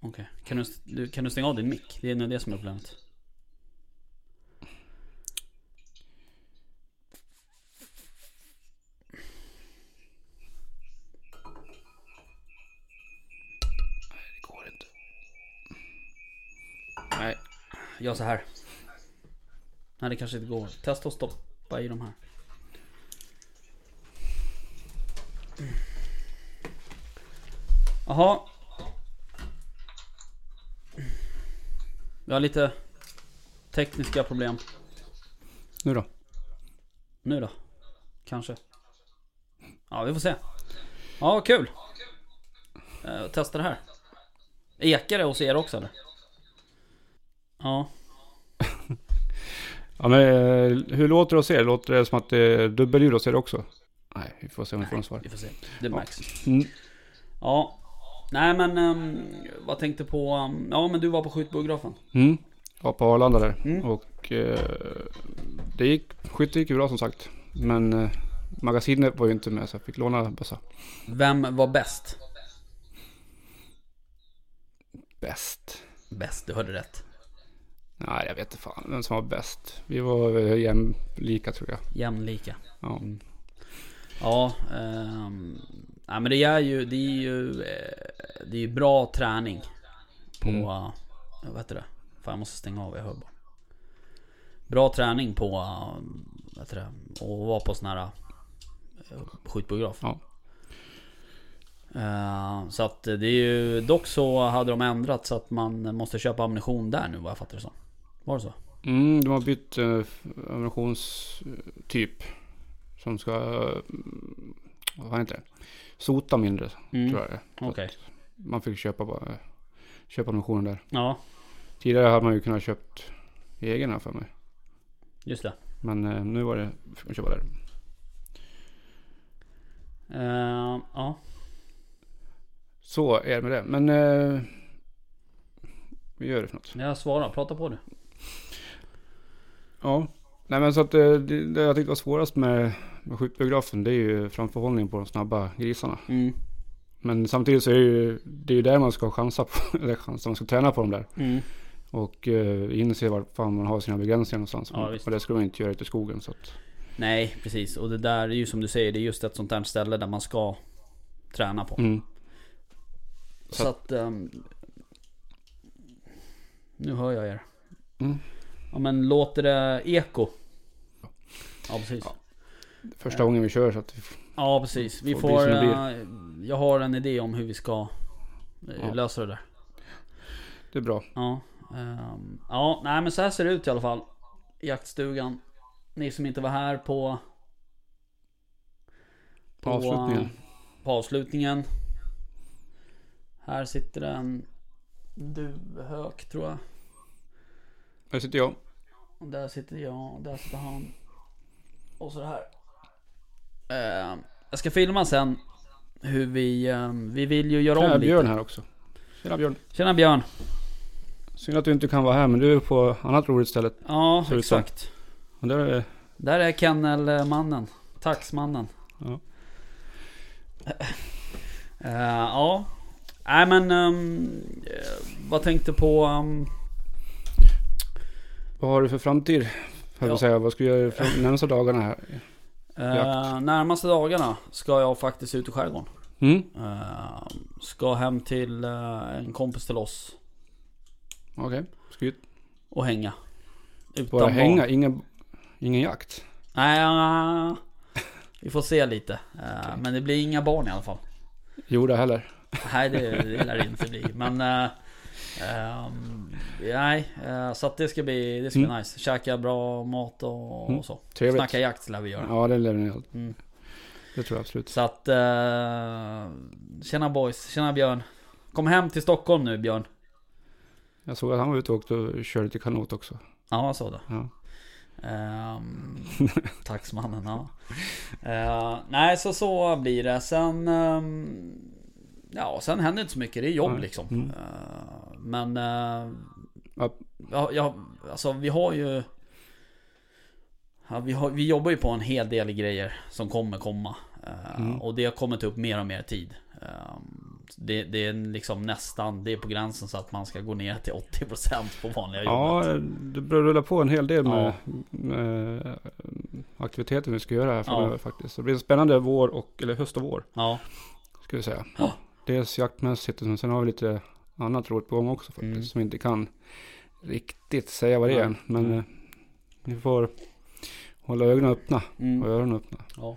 Speaker 1: Okej. Kan, du, du, kan du stänga av din mick? Det är nog det som är problemet.
Speaker 2: Det går inte. Nej.
Speaker 1: Gör så här. Nej det kanske inte går. Testa att stoppa i de här. Jaha. Vi har lite tekniska problem.
Speaker 2: Nu då.
Speaker 1: Nu då? Kanske. Ja, vi får se. Ja, kul. Eh, testa det här. Ekar det hos er också eller? Ja.
Speaker 2: Ja, men, eh, hur låter det hos er? Låter det som att det är dubbelljud hos er också? Nej, vi får se om vi får något svar.
Speaker 1: Vi får se. Det märks.
Speaker 2: Mm.
Speaker 1: Ja. Nej men, um, vad tänkte på... ehm, ja men du var på skjutbiografen.
Speaker 2: Mm. Ja, på Arlanda där.
Speaker 1: Mm.
Speaker 2: Och eh, det gick, skyttet gick ju bra som sagt. Men eh, magasinet var ju inte med så jag fick låna bössa.
Speaker 1: Vem var bäst?
Speaker 2: Bäst.
Speaker 1: Bäst, du hörde rätt.
Speaker 2: Nej, jag vet inte fan vem som var bäst. Vi var eh, jämlika tror jag.
Speaker 1: Jämlika.
Speaker 2: Ja.
Speaker 1: Ja, ehm, nej, men det är ju, det är ju, eh, det är ju bra träning på,
Speaker 2: Mm.
Speaker 1: eh, vad heter det? Fan jag måste stänga av, jag hör bara. Bra träning på, eh, vad heter det? Och vara på sån här eh, skjutbiograf.
Speaker 2: Ja.
Speaker 1: Eh, så att det är ju, dock så hade de ändrat så att man måste köpa ammunition där nu vad jag fattar det som. Var det så?
Speaker 2: Mm, de har bytt eh, ammunitionstyp. Som ska, eh, vad heter det? Sota mindre
Speaker 1: Mm.
Speaker 2: tror jag det är.
Speaker 1: Okej.
Speaker 2: Man fick köpa, bara, köpa ammunitionen där.
Speaker 1: Ja,
Speaker 2: Tidigare hade man ju kunnat köpt egen här för mig.
Speaker 1: just det.
Speaker 2: Men eh, nu var det, fick man köpa där.
Speaker 1: Eh, ja.
Speaker 2: Så är det med det. Men eh, vi gör det för något.
Speaker 1: Jag svarar, prata på du.
Speaker 2: Ja. Nej men så att eh, det, det jag tyckte var svårast med, med skjutbiografen det är ju framförhållning på de snabba grisarna.
Speaker 1: Mm.
Speaker 2: Men samtidigt så är det ju, det är ju där man ska chansa på, eller chansa, man ska träna på dem där.
Speaker 1: Mm.
Speaker 2: Och eh, inse var fan man har sina begränsningar någonstans.
Speaker 1: Ja, visst.
Speaker 2: och det ska man inte göra ute i skogen. Så att,
Speaker 1: Nej, precis. Och det där är ju som du säger, det är just ett sånt där ställe där man ska träna på.
Speaker 2: mm.
Speaker 1: Så, att... ehm, nu hör jag er.
Speaker 2: Mm.
Speaker 1: Ja men låter det eko? Ja precis. Ja,
Speaker 2: Ja. Första gången vi kör så att vi f-
Speaker 1: precis. Vi
Speaker 2: Får
Speaker 1: får...
Speaker 2: bli som det
Speaker 1: eh, jag har en idé om hur vi ska eh,
Speaker 2: Ja.
Speaker 1: lösa det där.
Speaker 2: det är bra.
Speaker 1: Ja. ehm, ja, nej men så här ser det ut i alla fall. Jaktstugan. Ni som inte var här på...
Speaker 2: På avslutningen.
Speaker 1: På avslutningen. Här sitter en duvhök tror jag.
Speaker 2: Här sitter jag.
Speaker 1: Och där sitter jag och där sitter han. Och så det här. Ehm, jag ska filma sen hur vi... ehm, vi vill ju göra
Speaker 2: Här
Speaker 1: om
Speaker 2: är Björn
Speaker 1: lite.
Speaker 2: här också. Tjena Björn.
Speaker 1: Tjena Björn.
Speaker 2: Synd att du inte kan vara här men du är på annat roligt ställe.
Speaker 1: Ja,
Speaker 2: Ser ut så.
Speaker 1: exakt.
Speaker 2: Och där är
Speaker 1: Där är kennelmannen. Taxmannen.
Speaker 2: Ja.
Speaker 1: Eh, ja. Nej men... ehm, eh, vad tänkte på... ehm,
Speaker 2: Vad har du för framtid? Höll
Speaker 1: Ja.
Speaker 2: jag säga. Vad ska du göra för närmsta dagarna här?
Speaker 1: eh,
Speaker 2: Jakt.
Speaker 1: närmaste dagarna ska jag faktiskt ut i skärgården.
Speaker 2: Mm?
Speaker 1: Eh, ska hem till eh, en kompis till oss
Speaker 2: Okej. Ska vi
Speaker 1: och hänga. Utan
Speaker 2: bara
Speaker 1: barn.
Speaker 2: hänga? Ingen, ingen jakt?
Speaker 1: Nej, ja, vi får se lite. Eh, Men det blir inga barn i alla fall.
Speaker 2: Jo det heller.
Speaker 1: Nej det, det lär det inte bli men eh, ehm, Nej eh, så att det ska bli, det ska bli
Speaker 2: Mm.
Speaker 1: nice Käka bra mat och,
Speaker 2: Mm.
Speaker 1: och så
Speaker 2: Trevligt.
Speaker 1: Snacka jakt lär vi göra
Speaker 2: Ja det lär ni allt.
Speaker 1: Mm.
Speaker 2: Det tror jag absolut.
Speaker 1: Så att eh, Tjena boys, tjena Björn Kom hem till Stockholm nu Björn
Speaker 2: Jag såg att han var ute och åkte och körde till kanot också.
Speaker 1: Ja jag sa det
Speaker 2: Ja.
Speaker 1: Ehm, taxmannen, ja. Eh, nej, så så blir det. Sen... ehm, ja, sen händer inte så mycket. Det är jobb
Speaker 2: Nej.
Speaker 1: liksom.
Speaker 2: Mm.
Speaker 1: Eh, men... eh,
Speaker 2: Ja.
Speaker 1: ja, ja, alltså vi har ju... Ja, vi, har, vi jobbar ju på en hel del grejer som kommer komma. Eh,
Speaker 2: Mm.
Speaker 1: Och det har kommit upp mer och mer tid. Eh, det, det är liksom nästan, det är på gränsen så att man ska gå ner till 80% på vanliga jobbet.
Speaker 2: Ja, eh, det börjar rulla på en hel del med,
Speaker 1: Ja.
Speaker 2: med eh, aktiviteter vi ska göra här
Speaker 1: Ja.
Speaker 2: framöver faktiskt. Så det blir en spännande vår och, eller höst och vår,
Speaker 1: Ja.
Speaker 2: ska vi säga.
Speaker 1: Ja.
Speaker 2: Dels jaktmässigt, men sen har vi lite annat roligt på gång också faktiskt.
Speaker 1: Mm.
Speaker 2: Som vi inte kan riktigt säga vad det är
Speaker 1: Nej.
Speaker 2: än. Men
Speaker 1: Mm.
Speaker 2: eh, vi får hålla ögonen öppna
Speaker 1: Mm.
Speaker 2: och öronen öppna.
Speaker 1: Ja.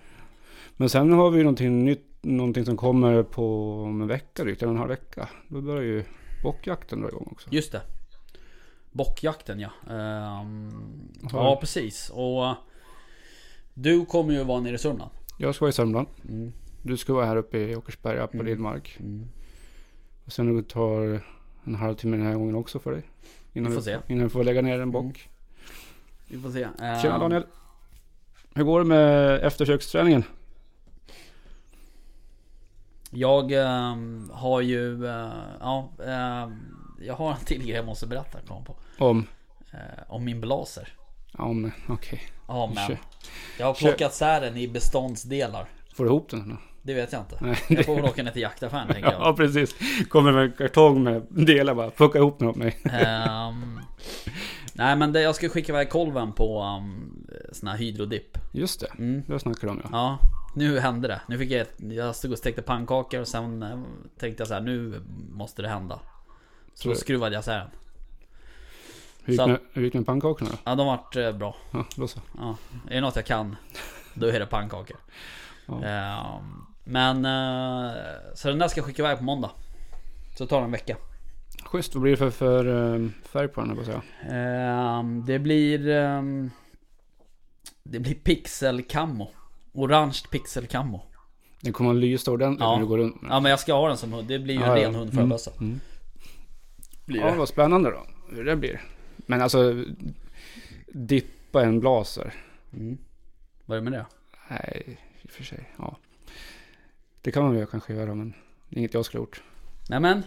Speaker 2: Men sen har vi ju någonting nytt, någonting som kommer på om en vecka drygt, eller en halv vecka. Då börjar ju bockjakten dra igång också.
Speaker 1: Just det. Bockjakten ja. Ehm,
Speaker 2: Jaha.
Speaker 1: ja precis. Och eh, du kommer ju vara nere i Sörmland.
Speaker 2: Jag ska vara i Sörmland.
Speaker 1: Mm.
Speaker 2: Du ska vara här uppe i Åkersberga på
Speaker 1: Mm.
Speaker 2: Lidmark.
Speaker 1: Mm.
Speaker 2: Och sen tar en halvtimme den här gången också för dig. Innan
Speaker 1: Vi får se.
Speaker 2: Innan vi får lägga ner en bock.
Speaker 1: Vi får se. Ehm,
Speaker 2: Tjena Daniel! Hur går det med efterköksträningen?
Speaker 1: Jag ehm, har ju... eh, ja, ehm, jag har en till grej jag måste berätta kom jag på.
Speaker 2: Om?
Speaker 1: Eh, om min blaser.
Speaker 2: Ja, om, okej.
Speaker 1: Ja men.
Speaker 2: Kör.
Speaker 1: Jag har plockat sär den i beståndsdelar.
Speaker 2: Får du ihop den? då?
Speaker 1: Det vet jag inte.
Speaker 2: Nej.
Speaker 1: Jag får väl åka ner till jaktaffären tänker jag.
Speaker 2: Ja, precis. Kommer med en kartong med delar bara. Plocka ihop den åt mig.
Speaker 1: Ehm, nej men det, jag ska skicka iväg kolven på um, sån här hydrodipp.
Speaker 2: Just det.
Speaker 1: Mm.
Speaker 2: Det snackar de om ja.
Speaker 1: Ja, nu hände det. Nu fick jag ett, Jag stod och stekte pannkakor och sen eh, tänkte jag så här, nu måste det hända. Så då
Speaker 2: Så-
Speaker 1: skruvade jag sären.
Speaker 2: Hur gick,
Speaker 1: Så-
Speaker 2: med, hur gick det med pannkakorna då?
Speaker 1: Ja, de vart eh, bra.
Speaker 2: Ja, då så.
Speaker 1: Ja, är det något jag kan, då är det pannkakor.
Speaker 2: Ja.
Speaker 1: Ehm, men, eh, så den där ska jag skicka iväg på måndag. Så tar det en vecka.
Speaker 2: Schysst, vad blir det för, för ehm, färg på den höll jag på att säga?
Speaker 1: Ehm, det blir... ehm, det blir pixelkammo. Orange pixelkammo.
Speaker 2: Den kommer att lysa ordentligt
Speaker 1: Ja.
Speaker 2: när du går runt med
Speaker 1: Ja men jag ska ha den som hund. Det blir ju en
Speaker 2: Ja, ja.
Speaker 1: ren hundförbössa.
Speaker 2: Mm.
Speaker 1: Blir
Speaker 2: Ja, vad spännande då. Hur det blir. Men alltså, dippa en blaser.
Speaker 1: Mm. Vad är det med det?
Speaker 2: Nej, i och för sig. Ja. Det kan man väl kanske göra, men det är inget jag skulle ha gjort.
Speaker 1: Nej men.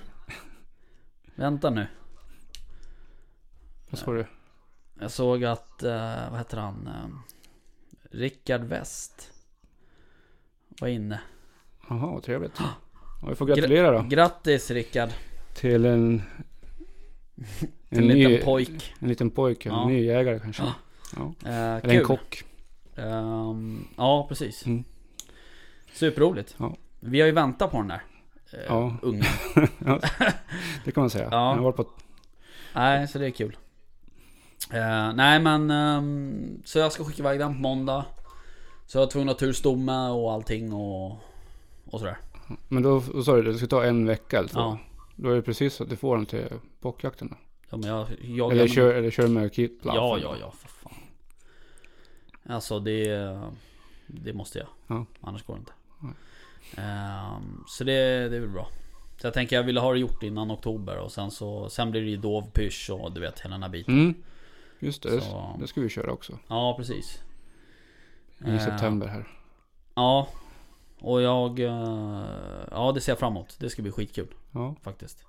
Speaker 1: Vänta nu.
Speaker 2: Vad sa du?
Speaker 1: Jag såg att, eh, vad heter han? Eh, Rickard West. Var inne.
Speaker 2: Jaha, vad trevligt. Ja, vi får gratulera då.
Speaker 1: Grattis Rickard.
Speaker 2: Till en...
Speaker 1: Till en
Speaker 2: ny,
Speaker 1: liten pojk.
Speaker 2: En liten pojk, en
Speaker 1: Ja.
Speaker 2: ny jägare kanske.
Speaker 1: Ja.
Speaker 2: Ja.
Speaker 1: Eh,
Speaker 2: Eller en
Speaker 1: kul.
Speaker 2: kock.
Speaker 1: Ehm, ja precis.
Speaker 2: Mm.
Speaker 1: Superroligt.
Speaker 2: Ja.
Speaker 1: Vi har ju väntat på den där. eh,
Speaker 2: Ja.
Speaker 1: Ungen.
Speaker 2: Det kan man säga.
Speaker 1: Ja.
Speaker 2: Den har varit på
Speaker 1: Nej, så det är kul. Eh, nej men, ehm, så jag ska skicka iväg den på måndag. Så jag var tvungen att ha turstomme och allting och, och sådär.
Speaker 2: Men då, då sa du det, det ska ta en vecka eller två.
Speaker 1: Ja.
Speaker 2: Då är det precis så att du får den till bockjakten då.
Speaker 1: Ja, men jag, jag,
Speaker 2: eller,
Speaker 1: jag,
Speaker 2: kör, eller kör med kitplan.
Speaker 1: Ja, ja, ja, för fan. Alltså det, det måste jag.
Speaker 2: Ja.
Speaker 1: Annars går det inte.
Speaker 2: Nej.
Speaker 1: Ehm, så det, det är väl bra. Så jag tänker jag ville ha det gjort innan oktober och sen så, sen blir det ju dov, pysch och du vet hela den här biten.
Speaker 2: Mm. Just det, det,
Speaker 1: Så,
Speaker 2: det ska vi köra också.
Speaker 1: ja precis.
Speaker 2: I
Speaker 1: Eh,
Speaker 2: september här.
Speaker 1: Ja. Och jag... eh, Ja, det ser jag fram emot. Det ska bli skitkul
Speaker 2: Ja.
Speaker 1: faktiskt.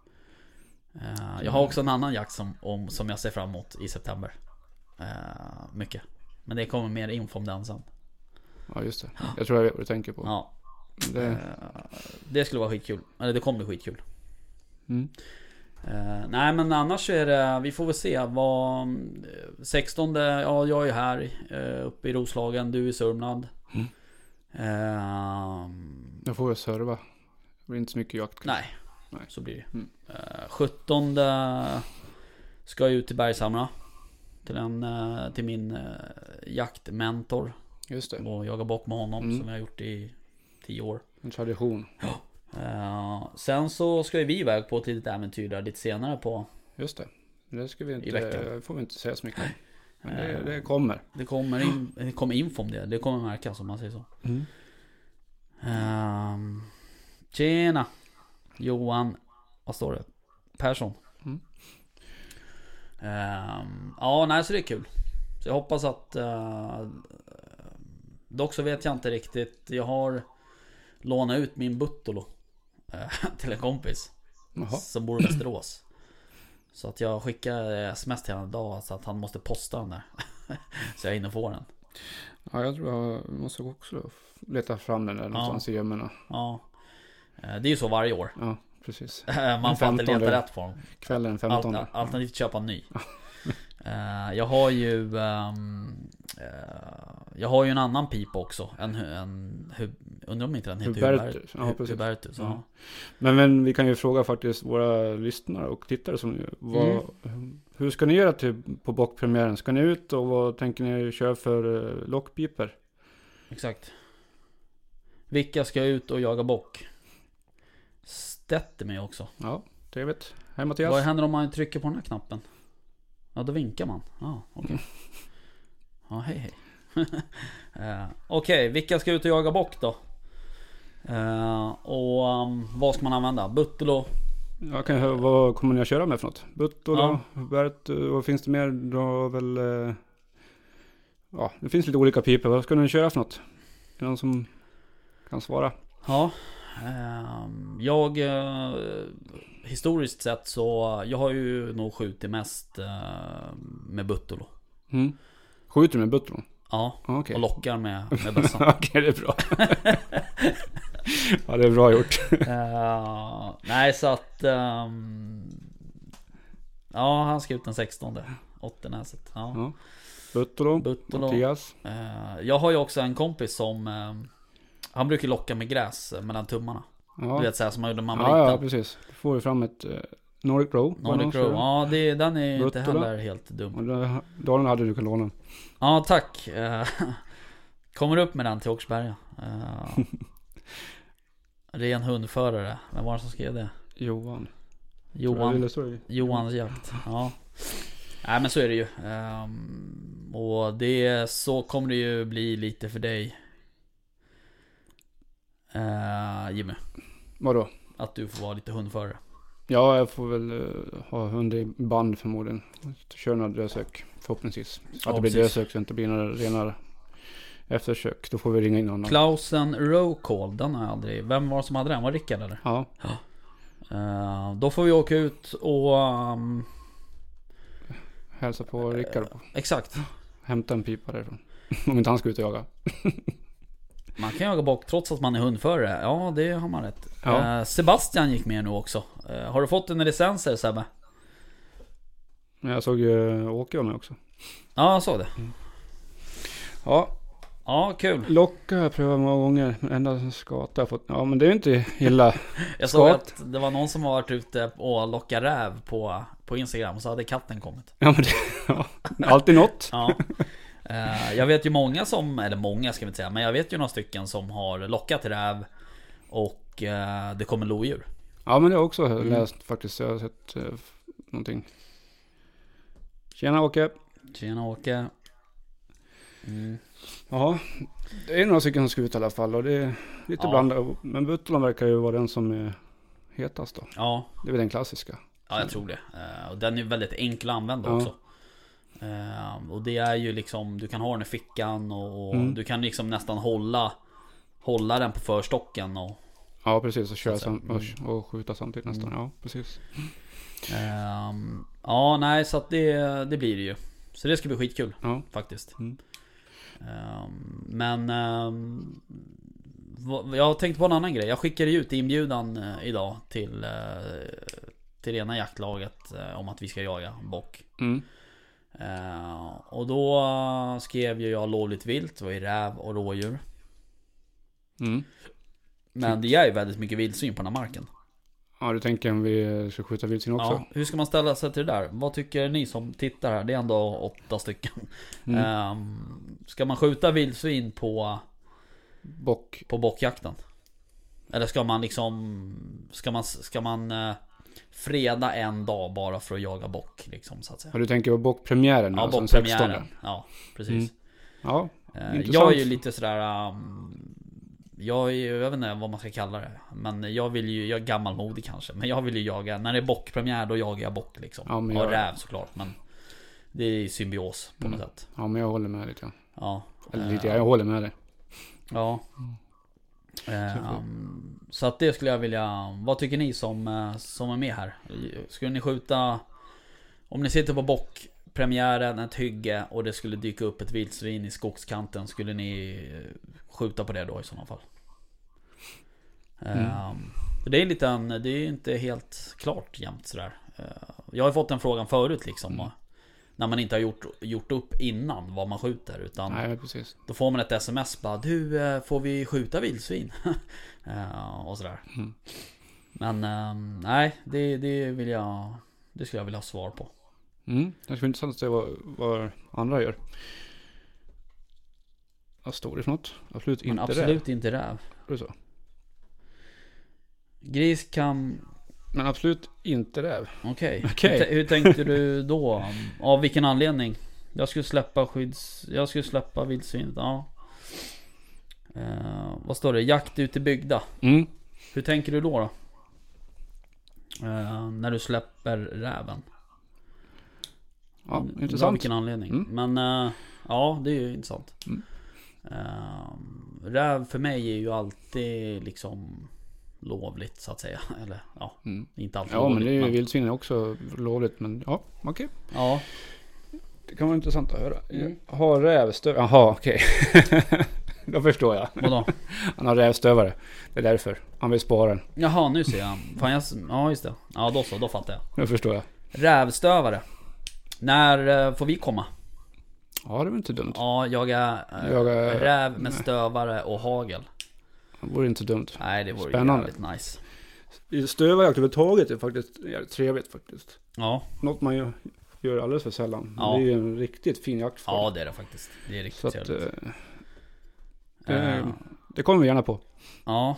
Speaker 1: Eh, Jag har också en annan jakt som, om, som jag ser fram emot i september. Eh, Mycket. Men det kommer mer info om den sen.
Speaker 2: ja, just det. Jag tror jag vet vad du tänker på.
Speaker 1: Ja,
Speaker 2: Det,
Speaker 1: eh, det skulle vara skitkul. Eller det kommer bli skitkul.
Speaker 2: mm.
Speaker 1: Eh, nej men annars så är det, vi får väl se vad... eh, 16, ja jag är här eh, uppe i Roslagen, du i Sörmland.
Speaker 2: Mm.
Speaker 1: Ehm,
Speaker 2: Jag får väl serva. Det blir inte så mycket jakt. kanske.
Speaker 1: Nej,
Speaker 2: Nej.
Speaker 1: så blir det
Speaker 2: Mm.
Speaker 1: Eh, 17 ska jag ut till Bergshamra. Till, en, eh, till min eh, jaktmentor
Speaker 2: Just det.
Speaker 1: och jaga bock med honom
Speaker 2: Mm.
Speaker 1: som jag har gjort i 10 år.
Speaker 2: En tradition.
Speaker 1: Eh, sen så ska ju vi iväg på ett litet äventyr där lite senare på.
Speaker 2: Just det. Det ska vi inte,
Speaker 1: veckan.
Speaker 2: får vi inte säga så mycket om. Men det,
Speaker 1: Eh.
Speaker 2: det kommer.
Speaker 1: Det kommer, in, det kommer info om det. Det kommer märkas om man säger så. Ehm, tjena! Johan, vad står det? Persson.
Speaker 2: Mm.
Speaker 1: Ehm, ja, nej så det är kul. Så jag hoppas att... Eh, dock så vet jag inte riktigt. Jag har lånat ut min Buttolo eh, till en kompis
Speaker 2: Jaha.
Speaker 1: som bor i Västerås. Så att jag skickar sms till honom idag så att han måste posta den där. så jag hinner få den.
Speaker 2: Ja, jag tror jag måste också leta fram den där någonstans i gömmorna.
Speaker 1: Ja. Eh, Det är ju så varje år.
Speaker 2: Ja, precis.
Speaker 1: Man får alltid
Speaker 2: 15
Speaker 1: leta
Speaker 2: då.
Speaker 1: rätt på dem.
Speaker 2: Kvällen den 15.
Speaker 1: Alter- Alternativt köpa en ny. Eh, jag har ju... ehm, eh, jag har ju en annan pipa också. En, hu- en, hu- undrar om inte den heter
Speaker 2: Hubertus. Ja,
Speaker 1: Hu-
Speaker 2: precis.
Speaker 1: Hubertus, ja.
Speaker 2: Ja. Men, men vi kan ju fråga faktiskt våra lyssnare och tittare som vad, Hur ska ni göra till, på bockpremiären? Ska ni ut och vad tänker ni köra för eh, lockpiper?
Speaker 1: Exakt. Vilka ska ut och jaga bock? Stett är med också.
Speaker 2: Ja, trevligt. Hej Mattias.
Speaker 1: Vad händer om man trycker på den här knappen? Ja, då vinkar man. Ja, okej. Ja, hej hej. Eh, okej, vilka ska ut och jaga bock då? Eh, och ehm, vad ska man använda? Buttolo?
Speaker 2: Jag kan, höra, vad kommer ni att köra med för något? Butt och
Speaker 1: Ja.
Speaker 2: ja. Bert, eh, vad finns det mer? Du har väl... eh, Ja, det finns lite olika piper. Vad ska ni köra för något? Är det någon som kan svara?
Speaker 1: Ja. ehm, jag... eh, historiskt sett så... Jag har ju nog skjutit mest eh, med Buttolo.
Speaker 2: Mm. Skjuter du med butt då?
Speaker 1: Ja.
Speaker 2: Ja, Okej.
Speaker 1: Och lockar med, med bössan.
Speaker 2: Okej, det är bra. ja, det är bra gjort.
Speaker 1: Eh, nej så att... ehm, ja han ska ut den 16. Åttenäset. Ja.
Speaker 2: Ja. Buttolo,
Speaker 1: Buttolo.
Speaker 2: Mattias.
Speaker 1: Eh, jag har ju också en kompis som... ehm, han brukar locka med gräs eh, mellan tummarna.
Speaker 2: Ja,
Speaker 1: Du vet såhär som man gjorde när man var
Speaker 2: ja, ja,
Speaker 1: liten.
Speaker 2: precis. Då får vi fram ett eh, Nordic Row. var det någon
Speaker 1: Nordic
Speaker 2: som
Speaker 1: Row.
Speaker 2: gjorde?
Speaker 1: Ja det, den är inte
Speaker 2: Ruttula.
Speaker 1: heller helt dum.
Speaker 2: Och det- Dalen hade du kunnat låna.
Speaker 1: Ja tack. Eh, kommer upp med den till Åkersberga. Eh, ren hundförare. Vem var det som skrev det?
Speaker 2: Johan.
Speaker 1: Johan.
Speaker 2: Eller så är det-
Speaker 1: Johans jakt, ja. Nej men så är det ju. Ehm, och det, så kommer det ju bli lite för dig. eh, Jimmy,
Speaker 2: Vadå?
Speaker 1: att du får vara lite hundförare.
Speaker 2: Ja, jag får väl eh, ha hund i band förmodligen. Köra några drösök förhoppningsvis. Att
Speaker 1: Ja,
Speaker 2: det blir
Speaker 1: precis.
Speaker 2: drösök så det inte blir några rena eftersök. Då får vi ringa in någon annan.
Speaker 1: Klausen Row Call, den har jag aldrig... Vem var det som hade den? Var det Rickard eller?
Speaker 2: Ja,
Speaker 1: Eh, då får vi åka ut och... ehm,
Speaker 2: hälsa på Rickard. och
Speaker 1: exakt.
Speaker 2: Hämta en pipa därifrån. Om inte han ska ut och jaga.
Speaker 1: Man kan jaga bock trots att man är hundförare. Ja, det har man rätt.
Speaker 2: Ja.
Speaker 1: Eh, Sebastian gick med nu också. Eh, har du fått en licenser Sebbe?
Speaker 2: Men jag såg ju eh, Åke med också.
Speaker 1: Ja, jag såg det.
Speaker 2: Ja,
Speaker 1: Ja, kul.
Speaker 2: locka har jag prövat många gånger. Men Enda skata jag fått. Ja, men det är ju inte illa.
Speaker 1: Jag såg
Speaker 2: Skott.
Speaker 1: att det var någon som varit ute och lockat räv på, på Instagram och så hade katten kommit.
Speaker 2: Ja, men det, ja, alltid något.
Speaker 1: Ja. Eh, jag vet ju många som, eller många ska vi inte säga, men jag vet ju några stycken som har lockat räv och eh, det kommer lodjur.
Speaker 2: Ja, men det har jag också
Speaker 1: Mm.
Speaker 2: läst faktiskt. Jag har sett eh, f- någonting. Tjena Åke.
Speaker 1: Tjena Åke. Mm.
Speaker 2: Ja, det är några stycken som ska ut i alla fall och det är lite
Speaker 1: Ja.
Speaker 2: blandat. Men Butterland verkar ju vara den som är hetast då.
Speaker 1: Ja,
Speaker 2: Det är väl den klassiska.
Speaker 1: ja, jag tror det. Eh, och den är väldigt enkel att använda
Speaker 2: Ja.
Speaker 1: också. Eh, och det är ju liksom, du kan ha den i fickan och, och
Speaker 2: Mm.
Speaker 1: du kan liksom nästan hålla, hålla den på förstocken och
Speaker 2: Ja, precis. Och, köra
Speaker 1: att säga. Mm.
Speaker 2: sam- och, och skjuta samtidigt nästan. Ja, precis.
Speaker 1: Ehm, ja, nej, så att det, det blir det ju. Så det ska bli skitkul
Speaker 2: Ja.
Speaker 1: faktiskt.
Speaker 2: Mm.
Speaker 1: Ehm, men ehm, vad- jag tänkte på en annan grej. Jag skickade ju ut inbjudan eh, idag till, eh, till ena jaktlaget eh, om att vi ska jaga bock.
Speaker 2: Mm.
Speaker 1: Ehm, och då eh, skrev ju jag lovligt vilt, det var ju räv och rådjur.
Speaker 2: Mm.
Speaker 1: Men det är ju väldigt mycket vildsvin på den här marken.
Speaker 2: Ja, du tänker om vi ska skjuta vildsvin också?
Speaker 1: Ja, hur ska man ställa sig till det där? Vad tycker ni som tittar här? Det är ändå åtta stycken.
Speaker 2: Mm.
Speaker 1: Ehm, ska man skjuta vildsvin på,
Speaker 2: Bock.
Speaker 1: på bockjakten? Eller ska man liksom... Ska man, ska man eh, freda en dag bara för att jaga bock liksom så att säga?
Speaker 2: Ja, du tänker på bockpremiären? nu,
Speaker 1: Ja,
Speaker 2: alltså den
Speaker 1: bockpremiären.
Speaker 2: 16.
Speaker 1: Ja, precis.
Speaker 2: Ja,
Speaker 1: Eh,
Speaker 2: Intressant.
Speaker 1: jag är ju lite sådär... Um, jag, är, ju- jag vet inte vad man ska kalla det. Men jag vill ju, jag är gammalmodig kanske. Men jag vill ju jaga, när det är bockpremiär då jagar jag bock liksom.
Speaker 2: Ja, men
Speaker 1: och
Speaker 2: jag-
Speaker 1: räv såklart. Men Det är symbios på något sätt.
Speaker 2: Ja, men jag håller med dig. tror
Speaker 1: Ja.
Speaker 2: jag. Eller
Speaker 1: Eh,
Speaker 2: lite, jag håller med dig.
Speaker 1: Ja. Eh, så att det skulle jag vilja... Vad tycker ni som, eh, som är med här? Skulle ni skjuta... Om ni sitter på bockpremiären, ett hygge och det skulle dyka upp ett vildsvin i skogskanten. Skulle ni eh, skjuta på det då i sådana fall? Eh, Det är en liten... Det är ju inte helt klart jämt sådär. Eh, jag har ju fått den frågan förut liksom. och När man inte har gjort, gjort upp innan vad man skjuter. Utan
Speaker 2: Nej, precis.
Speaker 1: då får man ett sms bara Du, eh, får vi skjuta vildsvin? Eh, och sådär
Speaker 2: Mm.
Speaker 1: Men eh, nej, det, det vill jag Det skulle jag vilja ha svar på
Speaker 2: Mm. Det skulle vara intressant att se vad, vad andra gör. Vad står det för något? Absolut
Speaker 1: Men
Speaker 2: inte
Speaker 1: absolut inte räv
Speaker 2: räv. Är det så?
Speaker 1: Gris kan...
Speaker 2: Men absolut inte räv.
Speaker 1: Okej
Speaker 2: Okej.
Speaker 1: hur, t- hur tänkte du då? Av vilken anledning? Jag skulle släppa skydds... Jag skulle släppa vildsvinet, ja Eh, Vad står det? Jakt ute i bygda
Speaker 2: Mm.
Speaker 1: Hur tänker du då? då? Eh, när du släpper räven
Speaker 2: Ja,
Speaker 1: Av
Speaker 2: intressant.
Speaker 1: Mm, vilken anledning.
Speaker 2: Mm.
Speaker 1: Men eh, ja, det är ju intressant.
Speaker 2: Mm.
Speaker 1: Ehm, räv för mig är ju alltid liksom lovligt så att säga. Eller ja,
Speaker 2: Mm.
Speaker 1: inte alltid
Speaker 2: Ja, men
Speaker 1: lovligt.
Speaker 2: det är ju vildsvin är också lovligt. Men ja, okej.
Speaker 1: ja,
Speaker 2: Det kan vara intressant att höra.
Speaker 1: Mm.
Speaker 2: Har rävstövare? Jaha, okej. Då förstår jag.
Speaker 1: vadå?
Speaker 2: Han har rävstövare. Det är därför. Han vill spara den.
Speaker 1: Jaha, nu ser jag. Fan, jag. s- Ja, just det. Ja, då så. Då fattar jag.
Speaker 2: Nu förstår jag.
Speaker 1: Rävstövare. När eh, får vi komma?
Speaker 2: Ja, det var inte dumt.
Speaker 1: Ja, jag är, eh,
Speaker 2: Jag är-
Speaker 1: räv med stövare och hagel.
Speaker 2: Det vore inte dumt.
Speaker 1: Nej, det vore
Speaker 2: Spännande.
Speaker 1: jävligt nice.
Speaker 2: Stövjakt överhuvudtaget är faktiskt jävligt trevligt faktiskt.
Speaker 1: Ja,
Speaker 2: Något man ju gör alldeles för sällan. Men
Speaker 1: Ja.
Speaker 2: Det är ju en riktigt fin jaktform.
Speaker 1: ja det är det faktiskt. Det är riktigt
Speaker 2: Så att,
Speaker 1: trevligt.
Speaker 2: eh, det-
Speaker 1: Eh,
Speaker 2: det kommer vi gärna på.
Speaker 1: ja,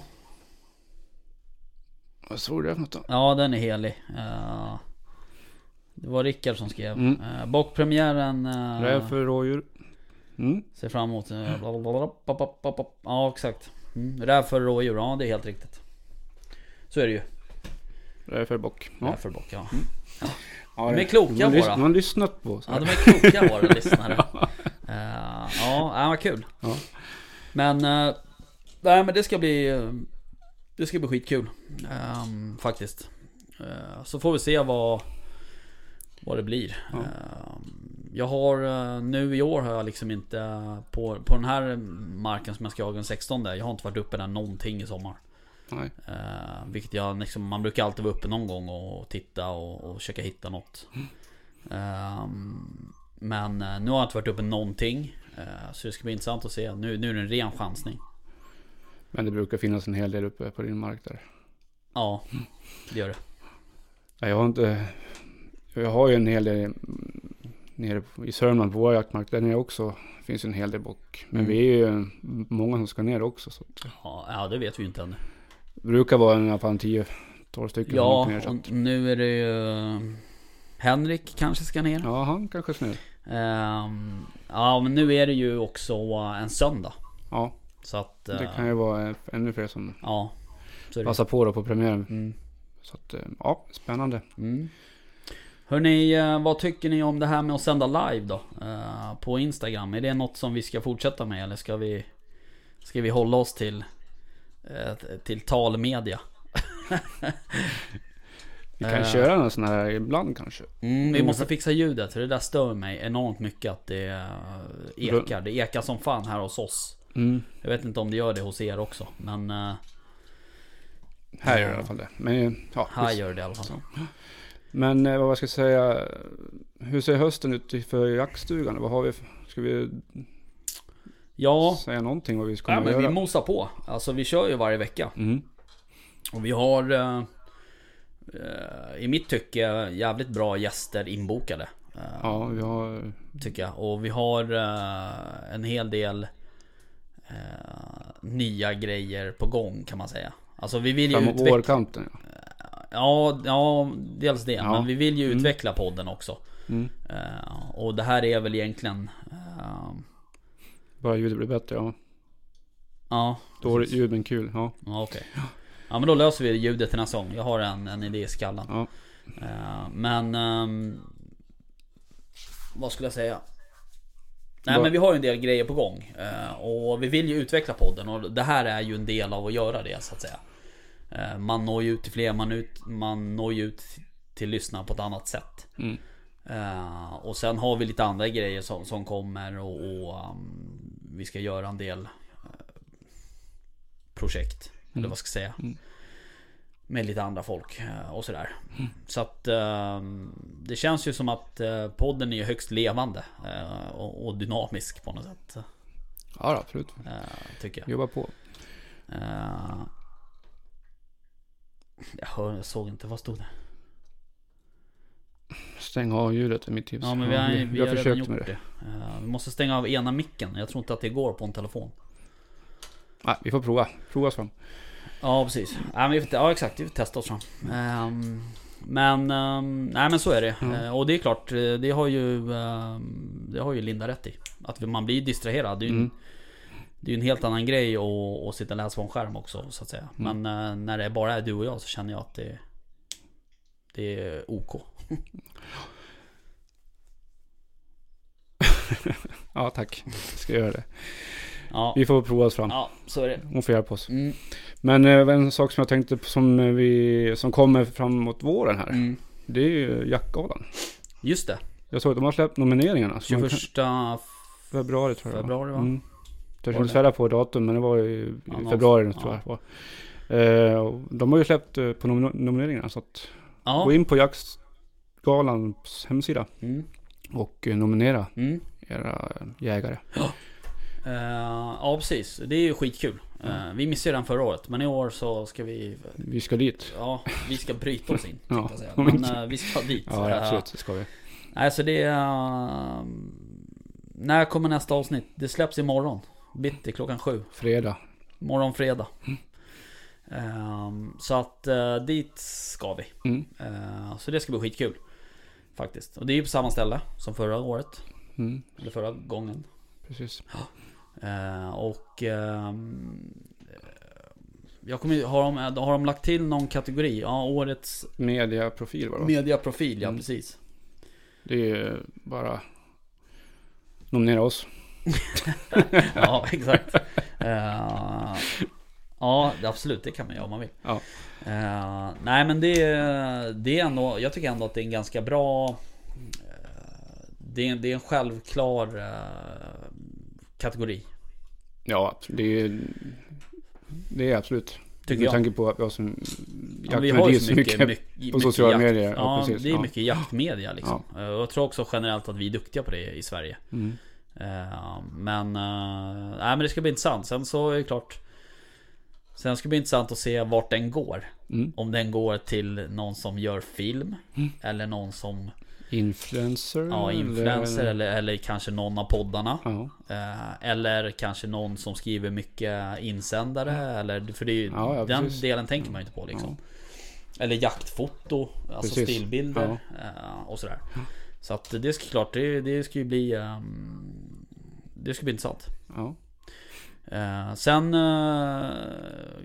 Speaker 2: Vad såg du det för något då?
Speaker 1: Ja, den är helig. Eh, det var Rickard som skrev.
Speaker 2: Mm.
Speaker 1: Eh, bockpremiären eh,
Speaker 2: Räv för rådjur. Mm.
Speaker 1: ser fram emot. eh, blablabla, pop, pop, pop, pop. Ja, exakt. Mm. Räv för rådjur, ja det är helt riktigt. Så är det ju.
Speaker 2: Räv för bock.
Speaker 1: Räv
Speaker 2: Ja.
Speaker 1: för bock, ja.
Speaker 2: Ja,
Speaker 1: De är kloka
Speaker 2: man lys-
Speaker 1: våra.
Speaker 2: Man har lyssnat på. Så
Speaker 1: ja
Speaker 2: här.
Speaker 1: de är kloka våra lyssnare. Eh, ja, ja, vad kul.
Speaker 2: Ja.
Speaker 1: Men, eh, nej men det ska bli eh, Det ska bli skitkul ehm, Faktiskt Eh, Så får vi se vad Vad det blir
Speaker 2: Ja.
Speaker 1: Ehm, Jag har eh, nu i år har jag liksom inte På, på den här marken som jag ska jaga den 16 Jag har inte varit uppe där någonting i sommar
Speaker 2: Nej.
Speaker 1: Eh, vilket jag liksom, man brukar alltid vara uppe någon gång och titta och, och försöka hitta något. Ehm, men eh, nu har jag inte varit uppe någonting. Eh, så det ska bli intressant att se. Nu, nu är det en ren chansning.
Speaker 2: Men det brukar finnas en hel del uppe på din mark där.
Speaker 1: Ja, det gör det.
Speaker 2: Nej, Jag har inte... Jag har ju en hel del mm, nere på- i Sörmland på vår jaktmark. Där nere också finns ju en hel del bock. Men
Speaker 1: Mm.
Speaker 2: vi är ju många som ska ner också. Så att
Speaker 1: Ja, ja, det vet vi ju inte ännu.
Speaker 2: det brukar vara i alla fall 10-12 stycken som åker
Speaker 1: Ja,
Speaker 2: ner. Så. att-
Speaker 1: och nu är det ju... Henrik kanske ska ner.
Speaker 2: Ja, han kanske snur.
Speaker 1: Ehm, ja, men nu är det ju också en söndag.
Speaker 2: Ja,
Speaker 1: Så att...
Speaker 2: det
Speaker 1: eh,
Speaker 2: kan ju vara eh, ännu fler som
Speaker 1: Ja. Så är det.
Speaker 2: passar på då på premiären.
Speaker 1: Mm.
Speaker 2: Så att, eh, ja, spännande.
Speaker 1: Mm. Hörni, eh, vad tycker ni om det här med att sända live då? Eh, På Instagram, är det något som vi ska fortsätta med eller ska vi Ska vi hålla oss till eh, t- Till talmedia?
Speaker 2: Vi kan
Speaker 1: Eh.
Speaker 2: köra någon sån här ibland kanske.
Speaker 1: vi måste fixa ljudet för det där stör mig enormt mycket att det eh, ekar. Det ekar som fan här hos oss.
Speaker 2: Mm.
Speaker 1: Jag vet inte om det gör det hos er också men eh,
Speaker 2: Här gör jag i alla fall det. Men, eh, ja,
Speaker 1: här
Speaker 2: visst.
Speaker 1: gör det i alla fall.
Speaker 2: Men eh, vad jag ska säga. Hur ser hösten ut för jaktstugan? Vad har vi? för- Ska vi
Speaker 1: Ja,
Speaker 2: säga någonting vad vi ska
Speaker 1: ja men vi
Speaker 2: göra?
Speaker 1: mosar på. Alltså vi kör ju varje vecka.
Speaker 2: Mm.
Speaker 1: Och vi har eh, eh, i mitt tycke jävligt bra gäster inbokade. eh,
Speaker 2: Ja, vi har...
Speaker 1: Tycker jag. Och vi har eh, en hel del eh, nya grejer på gång kan man säga. Alltså vi vill ju
Speaker 2: Framåt
Speaker 1: utveckla...
Speaker 2: vårkanten. ja.
Speaker 1: Ja, ja, dels det.
Speaker 2: Ja.
Speaker 1: Men vi vill ju utveckla podden också.
Speaker 2: Mm.
Speaker 1: Eh, och det här är väl egentligen... eh,
Speaker 2: Bara ljudet blir bättre, ja.
Speaker 1: ja,
Speaker 2: Dåligt ljud men kul, ja.
Speaker 1: ja okej. Ja men då löser vi ljudet till nästa gång. Jag Eh, har en, en idé i skallen.
Speaker 2: ja.
Speaker 1: Eh, Men ehm, vad skulle jag säga? Nej
Speaker 2: Vad-
Speaker 1: men vi har ju en del grejer på gång eh, och vi vill ju utveckla podden och det här är ju en del av att göra det så att säga. Eh, Man når ju ut till fler, man, ut, man når ju ut till lyssnarna på ett annat sätt.
Speaker 2: Mm.
Speaker 1: Eh, Och sen har vi lite andra grejer som, som kommer och, och um, vi ska göra en del eh, projekt. Eller vad ska jag säga. Med lite andra folk eh, och sådär. Så att eh, det känns ju som att eh, podden är högst levande eh, och, och dynamisk på något sätt.
Speaker 2: Ja, då, absolut.
Speaker 1: eh, Tycker jag.
Speaker 2: Jobba på.
Speaker 1: Eh, Jag, hör, jag såg inte, vad stod det?
Speaker 2: Stäng av ljudet är mitt tips.
Speaker 1: Ja men vi har, vi
Speaker 2: jag
Speaker 1: har redan
Speaker 2: försökt
Speaker 1: gjort det. Eh, vi måste stänga av ena micken. Jag tror inte att det går på en telefon.
Speaker 2: Nej, vi får prova. Prova oss fram.
Speaker 1: Ja precis. Ja, men vi får, ja exakt, vi får testa oss fram. Ehm, men, ehm, nej men så är det. Eh, och det är klart, eh, det har ju, ehm, det har ju Linda rätt i. Att man blir distraherad. Det är ju,
Speaker 2: Mm.
Speaker 1: en- det är ju en helt annan grej att, att sitta och läsa på en skärm också så att säga.
Speaker 2: Mm.
Speaker 1: Men eh, när det bara är du och jag så känner jag att det, det är OK.
Speaker 2: Ja, tack. Ska jag göra det.
Speaker 1: Ja,
Speaker 2: Vi får prova oss fram.
Speaker 1: ja så är det.
Speaker 2: Hon får hjälpa oss.
Speaker 1: Mm,
Speaker 2: Men eh, en sak som jag tänkte på som, eh, vi, som kommer framåt våren här.
Speaker 1: mm.
Speaker 2: Det är ju Jackgalan.
Speaker 1: Just det.
Speaker 2: Jag såg att de har släppt nomineringarna. så man kan-
Speaker 1: 21
Speaker 2: Februari tror jag det var.
Speaker 1: Februari, va?
Speaker 2: Mm. Jag
Speaker 1: Var
Speaker 2: kan
Speaker 1: det?
Speaker 2: inte svära på datum men det var i i
Speaker 1: Ja, någonstans.
Speaker 2: februari
Speaker 1: Ja.
Speaker 2: tror jag det var. Eh, och de har ju släppt eh, på nom- nomineringarna så att gå
Speaker 1: Ja.
Speaker 2: in på Jaktgalans hemsida
Speaker 1: Mm,
Speaker 2: och eh, nominera
Speaker 1: mm.
Speaker 2: era eh, jägare.
Speaker 1: Eh, ja precis, det är ju skitkul. Eh, vi missade ju den förra året, men i år så ska vi...
Speaker 2: Vi ska dit.
Speaker 1: Ja, vi ska bryta oss in.
Speaker 2: Ja.
Speaker 1: tänkte jag säga. Men eh, vi ska dit.
Speaker 2: Ja,
Speaker 1: Eh,
Speaker 2: absolut. Det ska vi.
Speaker 1: Nej, så det är... eh, när kommer nästa avsnitt? Det släpps imorgon. Bitti klockan sju.
Speaker 2: Fredag.
Speaker 1: Morgon fredag.
Speaker 2: Mm.
Speaker 1: Eh, så att eh, dit ska vi.
Speaker 2: Mm.
Speaker 1: Eh, så det ska bli skitkul. Faktiskt. Och det är ju på samma ställe som förra året.
Speaker 2: Mm,
Speaker 1: Eller förra gången.
Speaker 2: precis.
Speaker 1: Eh, och... ehm, eh, jag kommer, ju- har, de, har de lagt till någon kategori? Ja, årets
Speaker 2: Mediaprofil var det va?
Speaker 1: mediaprofil, ja
Speaker 2: Mm.
Speaker 1: precis.
Speaker 2: Det är ju bara nominera oss.
Speaker 1: Ja, exakt. Eh, ja, det- absolut, det kan man göra om man vill.
Speaker 2: Ja.
Speaker 1: Eh, nej, men det, det är ändå... Jag tycker ändå att det är en ganska bra... eh, det, är, det är en självklar eh, kategori,
Speaker 2: Ja, absolut. det är ju... Det är absolut.
Speaker 1: tycker
Speaker 2: Med
Speaker 1: jag.
Speaker 2: tanke på att vi har som...
Speaker 1: Ja, vi har ju
Speaker 2: jaktvärdi
Speaker 1: så mycket, mycket, mycket
Speaker 2: sociala
Speaker 1: jakt.
Speaker 2: medier, ja,
Speaker 1: Ja,
Speaker 2: precis,
Speaker 1: det är
Speaker 2: ja.
Speaker 1: mycket jaktmedia liksom. Eh, Och jag tror också generellt att vi är duktiga på det i Sverige.
Speaker 2: Mm.
Speaker 1: Eh, Men, eh, nej, men det ska bli intressant. Sen så är det klart. Sen ska det bli intressant att se vart den går.
Speaker 2: Mm.
Speaker 1: Om den går till någon som gör film. Eller någon som
Speaker 2: Mm, Influencer?
Speaker 1: ja, influencer. Eller, eller kanske någon av poddarna.
Speaker 2: Ja,
Speaker 1: Eh, Eller kanske någon som skriver mycket insändare. Eller, för det är ju,
Speaker 2: Mm. Ja, ja,
Speaker 1: den
Speaker 2: precis.
Speaker 1: delen tänker man ju inte på liksom. Eller jaktfoto, alltså
Speaker 2: Precis.
Speaker 1: stillbilder eh, och sådär. Så att det ska klart, det, det ska ju bli... ehm, det ska bli intressant.
Speaker 2: ja.
Speaker 1: Eh, sen uh,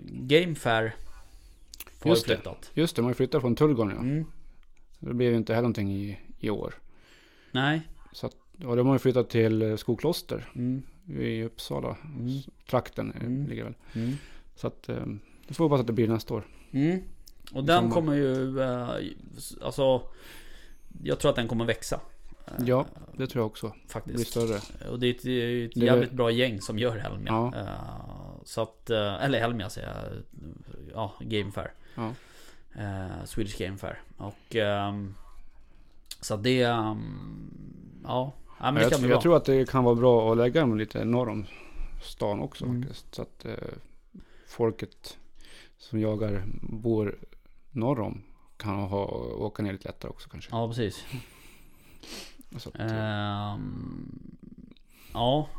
Speaker 1: Gamefair har ju
Speaker 2: Just det.
Speaker 1: flyttat.
Speaker 2: Just det, man flyttar från Tullgarn ja.
Speaker 1: Mm.
Speaker 2: Det blev ju inte heller någonting i, i år.
Speaker 1: Nej.
Speaker 2: Så att, ja, de har ju flyttat till eh, Skokloster
Speaker 1: Mm.
Speaker 2: i Uppsala.
Speaker 1: Mm.
Speaker 2: Trakten eh,
Speaker 1: Mm.
Speaker 2: ligger väl.
Speaker 1: Mm.
Speaker 2: Så att, eh, det får vi hoppas att det blir nästa år.
Speaker 1: Mm. Och den kommer ju... eh, alltså... Jag tror att den kommer växa. eh,
Speaker 2: Ja, det tror jag också. Det blir
Speaker 1: Faktiskt.
Speaker 2: större.
Speaker 1: Och det är ett, det är ju ett
Speaker 2: Det-
Speaker 1: jävligt bra gäng som gör Helmia.
Speaker 2: Ja.
Speaker 1: Eh, så att, eh, eller Helmia säger jag. Ja, Gamefair.
Speaker 2: Ja.
Speaker 1: Eh, Swedish Gamefair. Och ehm, så att det... ehm, ja. ja, men det
Speaker 2: jag,
Speaker 1: kan
Speaker 2: tr-
Speaker 1: bli bra.
Speaker 2: jag tror att det kan vara bra att lägga dem lite norr om stan också
Speaker 1: Mm.
Speaker 2: faktiskt. Så att eh, folket som jagar bor norr om kan ha, åka ner lite lättare också kanske.
Speaker 1: Ja, precis.
Speaker 2: Så att, eh,
Speaker 1: Ehm, ja,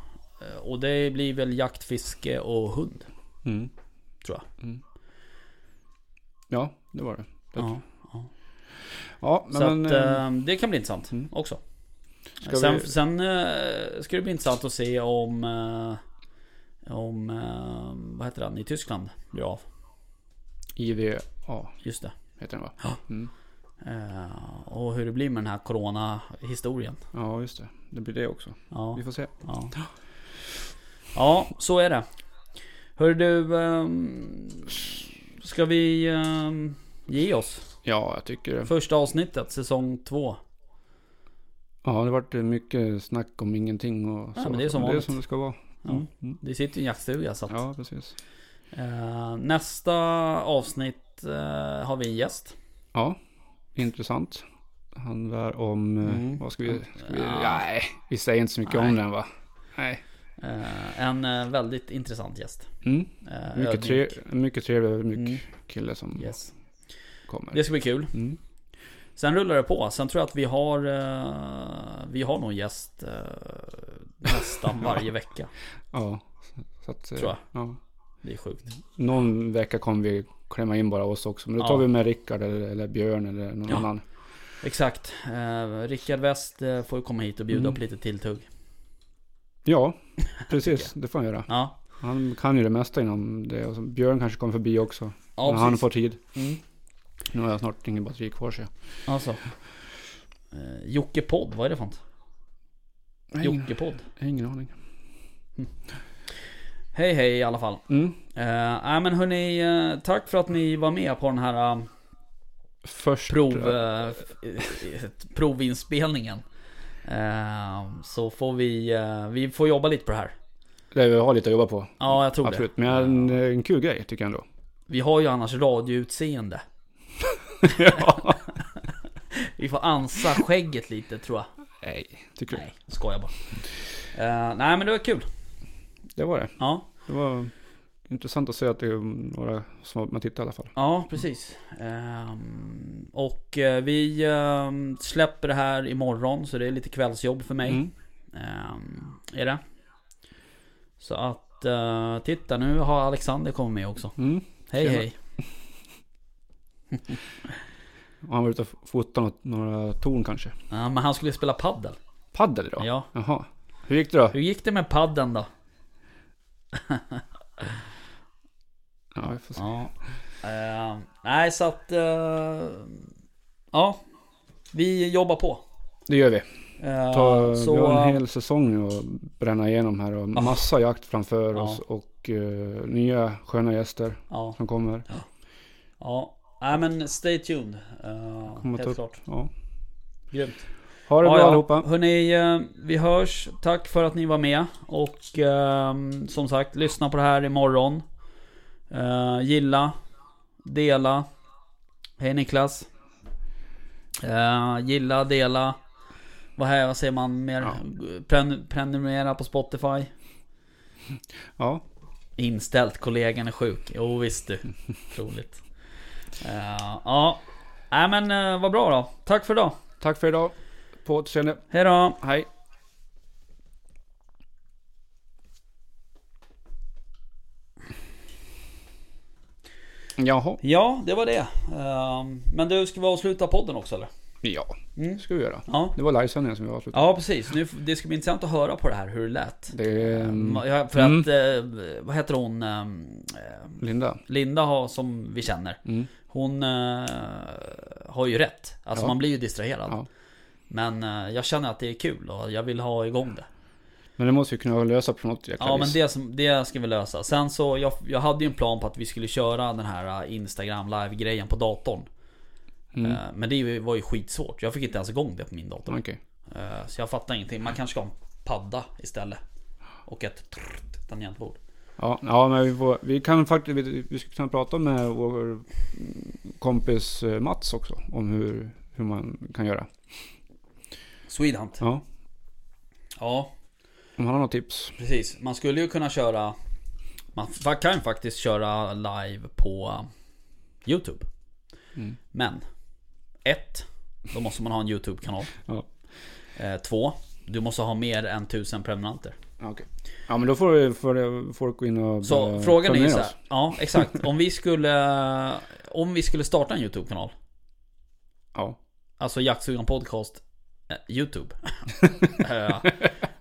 Speaker 1: och det blir väl jakt, fiske och hund.
Speaker 2: mm.
Speaker 1: tror
Speaker 2: Mm. Ja, det var det.
Speaker 1: Ja.
Speaker 2: Ja, men,
Speaker 1: så
Speaker 2: men,
Speaker 1: att,
Speaker 2: eh,
Speaker 1: ehm, det kan bli intressant
Speaker 2: mm.
Speaker 1: också.
Speaker 2: Ska
Speaker 1: sen
Speaker 2: vi-
Speaker 1: sen eh, ska det bli intressant att se om... eh, om... eh, vad heter han i Tyskland? Ja,
Speaker 2: IVA
Speaker 1: just det.
Speaker 2: heter den va?
Speaker 1: Ja.
Speaker 2: Mm.
Speaker 1: Eh, och hur det blir med den här Corona-historien.
Speaker 2: Ja, just det. Det blir det också.
Speaker 1: Ja,
Speaker 2: Vi får se.
Speaker 1: ja. ja, så är det. Hör du, ehm, ska vi ehm, ge oss?
Speaker 2: Ja, jag tycker det.
Speaker 1: Första avsnittet, säsong två.
Speaker 2: Ja, det vart mycket snack om ingenting och
Speaker 1: Ja,
Speaker 2: så.
Speaker 1: men det är som
Speaker 2: det
Speaker 1: vanligt.
Speaker 2: som det ska vara.
Speaker 1: Ja.
Speaker 2: Mm.
Speaker 1: Det sitter ju en jaktstuga så att,
Speaker 2: Ja, precis.
Speaker 1: eh, Nästa avsnitt eh, har vi en gäst.
Speaker 2: Ja, intressant. Handlar om... eh,
Speaker 1: Mm.
Speaker 2: Vad ska vi... Ska vi
Speaker 1: Ja.
Speaker 2: Nej, vi säger inte så mycket
Speaker 1: Nej.
Speaker 2: om den va? Nej.
Speaker 1: Eh, en eh, väldigt intressant gäst.
Speaker 2: Mm.
Speaker 1: Eh,
Speaker 2: Mycket,
Speaker 1: ödmjuk.
Speaker 2: tre, mycket trevlig mycket
Speaker 1: Mm.
Speaker 2: kille som
Speaker 1: Yes.
Speaker 2: kommer.
Speaker 1: Det ska bli kul.
Speaker 2: Mm.
Speaker 1: Sen rullar det på. Sen tror jag att vi har eh, Vi har nog en gäst eh, nästan varje vecka.
Speaker 2: Ja. Så att, eh,
Speaker 1: Tror jag.
Speaker 2: Ja.
Speaker 1: Det är sjukt.
Speaker 2: Någon vecka kommer vi klämma in bara oss också. Men då
Speaker 1: Ja.
Speaker 2: tar vi med Rickard eller, eller Björn eller någon
Speaker 1: Ja.
Speaker 2: annan.
Speaker 1: Exakt. Eh, Rickard West eh, får ju komma hit och bjuda
Speaker 2: Mm.
Speaker 1: på lite tilltugg.
Speaker 2: Ja, precis. det får han göra.
Speaker 1: Ja.
Speaker 2: Han kan ju det mesta inom det. Och så Björn kanske kommer förbi också.
Speaker 1: Ja,
Speaker 2: när han
Speaker 1: precis.
Speaker 2: får tid.
Speaker 1: Mm.
Speaker 2: Nu har jag snart ingen batteri kvar så jag.
Speaker 1: Alltså. Eh, Jocke Podd, vad är det för något?
Speaker 2: Jag har ingen,
Speaker 1: Jocke Podd.
Speaker 2: jag har ingen aning.
Speaker 1: Hej hej i alla fall.
Speaker 2: Mm.
Speaker 1: Eh, nej, men hörni, eh, tack för att ni var med på den här eh,
Speaker 2: Först.
Speaker 1: prov, eh, f- provinspelningen. Eh, så får vi, eh, vi får jobba lite på det här.
Speaker 2: Det vi eh, har lite att jobba på.
Speaker 1: Ja, jag tror
Speaker 2: Absolut.
Speaker 1: det.
Speaker 2: Men en, eh, en kul grej tycker jag ändå.
Speaker 1: Vi har ju annars radioutseende.
Speaker 2: ja.
Speaker 1: Vi får ansa skägget lite tror jag.
Speaker 2: Nej, tycker du?
Speaker 1: Nej, skojar bara. Eh, nej, men det var kul.
Speaker 2: Det var det.
Speaker 1: Ja,
Speaker 2: Det var intressant att se att det är några som har- man tittar i alla fall.
Speaker 1: ja precis. Ehm, och eh, vi ehm, släpper det här imorgon, så det är lite kvällsjobb för mig.
Speaker 2: Mm.
Speaker 1: Ehm, är det. Så att, eh, titta nu har Alexander kommit med också.
Speaker 2: Mm.
Speaker 1: Hej
Speaker 2: Tjena.
Speaker 1: hej.
Speaker 2: Och han var ute och fotade något, några torn kanske.
Speaker 1: Ja, men han skulle spela paddel.
Speaker 2: Paddel idag?
Speaker 1: Ja.
Speaker 2: Jaha. Hur gick det då?
Speaker 1: Hur gick det med padden då?
Speaker 2: Ja, vi får se.
Speaker 1: Ja. Ehm, nej, så att... eh, ja. Vi jobbar på.
Speaker 2: Det gör vi.
Speaker 1: Ehm,
Speaker 2: Ta, vi
Speaker 1: så,
Speaker 2: har en hel säsong nu att bränna igenom här och massa jakt framför
Speaker 1: Ja.
Speaker 2: oss och eh, nya sköna gäster
Speaker 1: ja,
Speaker 2: som kommer.
Speaker 1: ja. Nej men stay tuned. Ehm,
Speaker 2: Kommer ta
Speaker 1: helt
Speaker 2: upp.
Speaker 1: klart.
Speaker 2: Ja.
Speaker 1: Grymt.
Speaker 2: Ha det
Speaker 1: Ja,
Speaker 2: bra
Speaker 1: ja.
Speaker 2: allihopa.
Speaker 1: Hörni, eh, vi hörs. Tack för att ni var med. Och ehm, som sagt, lyssna på det här imorgon. Eh, gilla. Dela. Hej Niklas. Eh, gilla, dela. Vad, här, vad säger man mer?
Speaker 2: Ja.
Speaker 1: Pren- prenumerera på Spotify.
Speaker 2: Ja,
Speaker 1: Inställt, kollegan är sjuk. Jo visst du. Roligt. Eh, ja. Nej men eh, vad bra då. Tack för idag.
Speaker 2: tack för idag. På återseende.
Speaker 1: Hej då.
Speaker 2: Hej. Jaha,
Speaker 1: Ja, det var det. Ehm, Men du, ska vi avsluta podden också eller?
Speaker 2: ja.
Speaker 1: Mm.
Speaker 2: Det ska vi göra.
Speaker 1: Ja.
Speaker 2: Det var livesändningen som vi avslutade.
Speaker 1: Ja, precis. Nu, det ska bli intressant att höra på det här, hur det lät.
Speaker 2: Det är
Speaker 1: Ehm,
Speaker 2: mm,
Speaker 1: ja, För
Speaker 2: Mm.
Speaker 1: att, eh, vad heter hon? Ehm, eh,
Speaker 2: Linda.
Speaker 1: Linda har, som vi känner,
Speaker 2: Mm.
Speaker 1: hon eh, har ju rätt. Alltså
Speaker 2: Ja.
Speaker 1: man blir ju distraherad.
Speaker 2: Ja.
Speaker 1: Men eh, jag känner att det är kul och jag vill ha igång det.
Speaker 2: Men det måste vi kunna lösa på något jäkla
Speaker 1: Ja men
Speaker 2: vis.
Speaker 1: det, som, det ska vi lösa. Sen så, jag, jag hade ju en plan på att vi skulle köra den här eh, Instagram live-grejen på datorn.
Speaker 2: Mm.
Speaker 1: Eh, Men det var ju skitsvårt. Jag fick inte ens igång det på min dator.
Speaker 2: Okej.
Speaker 1: Eh, Så jag fattar ingenting. Man kanske ska ha en padda istället. Och ett trrrt tangentbord.
Speaker 2: Ja, ja, men vi, får, vi kan faktiskt, vi, vi skulle kunna prata med vår mm, kompis eh, Mats också om hur, hur man kan göra.
Speaker 1: Swedehunt.
Speaker 2: Ja,
Speaker 1: Ja,
Speaker 2: om han har något tips.
Speaker 1: precis. Man skulle ju kunna köra... Man fa- kan ju faktiskt köra live på eh, YouTube.
Speaker 2: Mm.
Speaker 1: Men. Ett. Då måste man ha en YouTube-kanal.
Speaker 2: Ja.
Speaker 1: Eh, Två. Du måste ha mer än 1000 prenumeranter.
Speaker 2: Ja, okej. ja men då får, vi- får folk gå in och
Speaker 1: Så
Speaker 2: eh,
Speaker 1: frågan är ju
Speaker 2: prenumerera
Speaker 1: så här,
Speaker 2: oss.
Speaker 1: Ja, exakt. Om vi skulle... Om vi skulle starta en YouTube-kanal.
Speaker 2: Ja.
Speaker 1: Alltså Jaktsugan Podcast eh, Youtube Eh,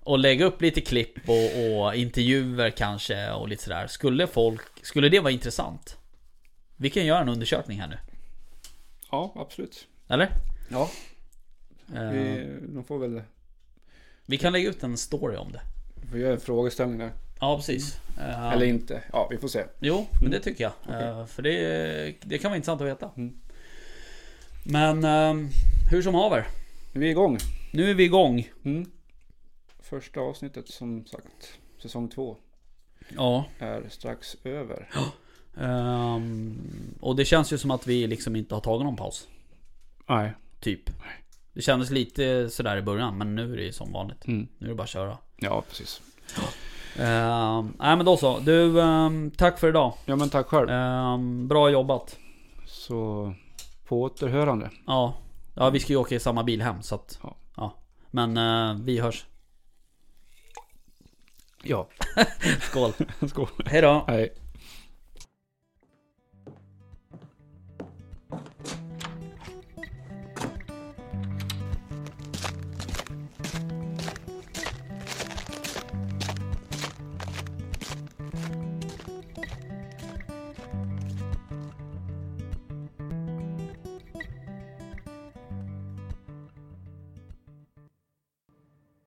Speaker 1: Och lägga upp lite klipp och, och intervjuer kanske och lite sådär Skulle folk, skulle det vara intressant? Vi kan göra en undersökning här nu
Speaker 2: ja, absolut.
Speaker 1: Eller?
Speaker 2: Ja,
Speaker 1: Eh, vi...
Speaker 2: vi, de får väl...
Speaker 1: kan lägga ut en story om det.
Speaker 2: Vi får göra en frågeställning där.
Speaker 1: Ja, precis. Eh,
Speaker 2: Mm. Eller Mm. inte. Ja, vi får se.
Speaker 1: Jo, men det tycker jag. Eh, För det, det kan vara intressant att veta.
Speaker 2: Mm.
Speaker 1: Men eh, hur som haver.
Speaker 2: Vi är igång.
Speaker 1: Nu är vi igång.
Speaker 2: Mm. Första avsnittet som sagt, säsong två,
Speaker 1: Ja.
Speaker 2: är strax över.
Speaker 1: ehm, och det känns ju som att vi liksom inte har tagit någon paus.
Speaker 2: Nej.
Speaker 1: Typ. Det kändes lite sådär i början, men nu är det ju som vanligt.
Speaker 2: Mm.
Speaker 1: Nu är det bara att köra.
Speaker 2: Ja, precis.
Speaker 1: Ehm, nej men då så. Du, ehm, tack för idag.
Speaker 2: Ja, men tack själv.
Speaker 1: Ehm, bra jobbat.
Speaker 2: Så på återhörande.
Speaker 1: Ja. ja, vi ska ju åka i samma bil hem så att...
Speaker 2: Ja.
Speaker 1: Ja. Men eh, vi hörs.
Speaker 2: Ja,
Speaker 1: Skål.
Speaker 2: skål.
Speaker 1: Hej då.
Speaker 2: Hej.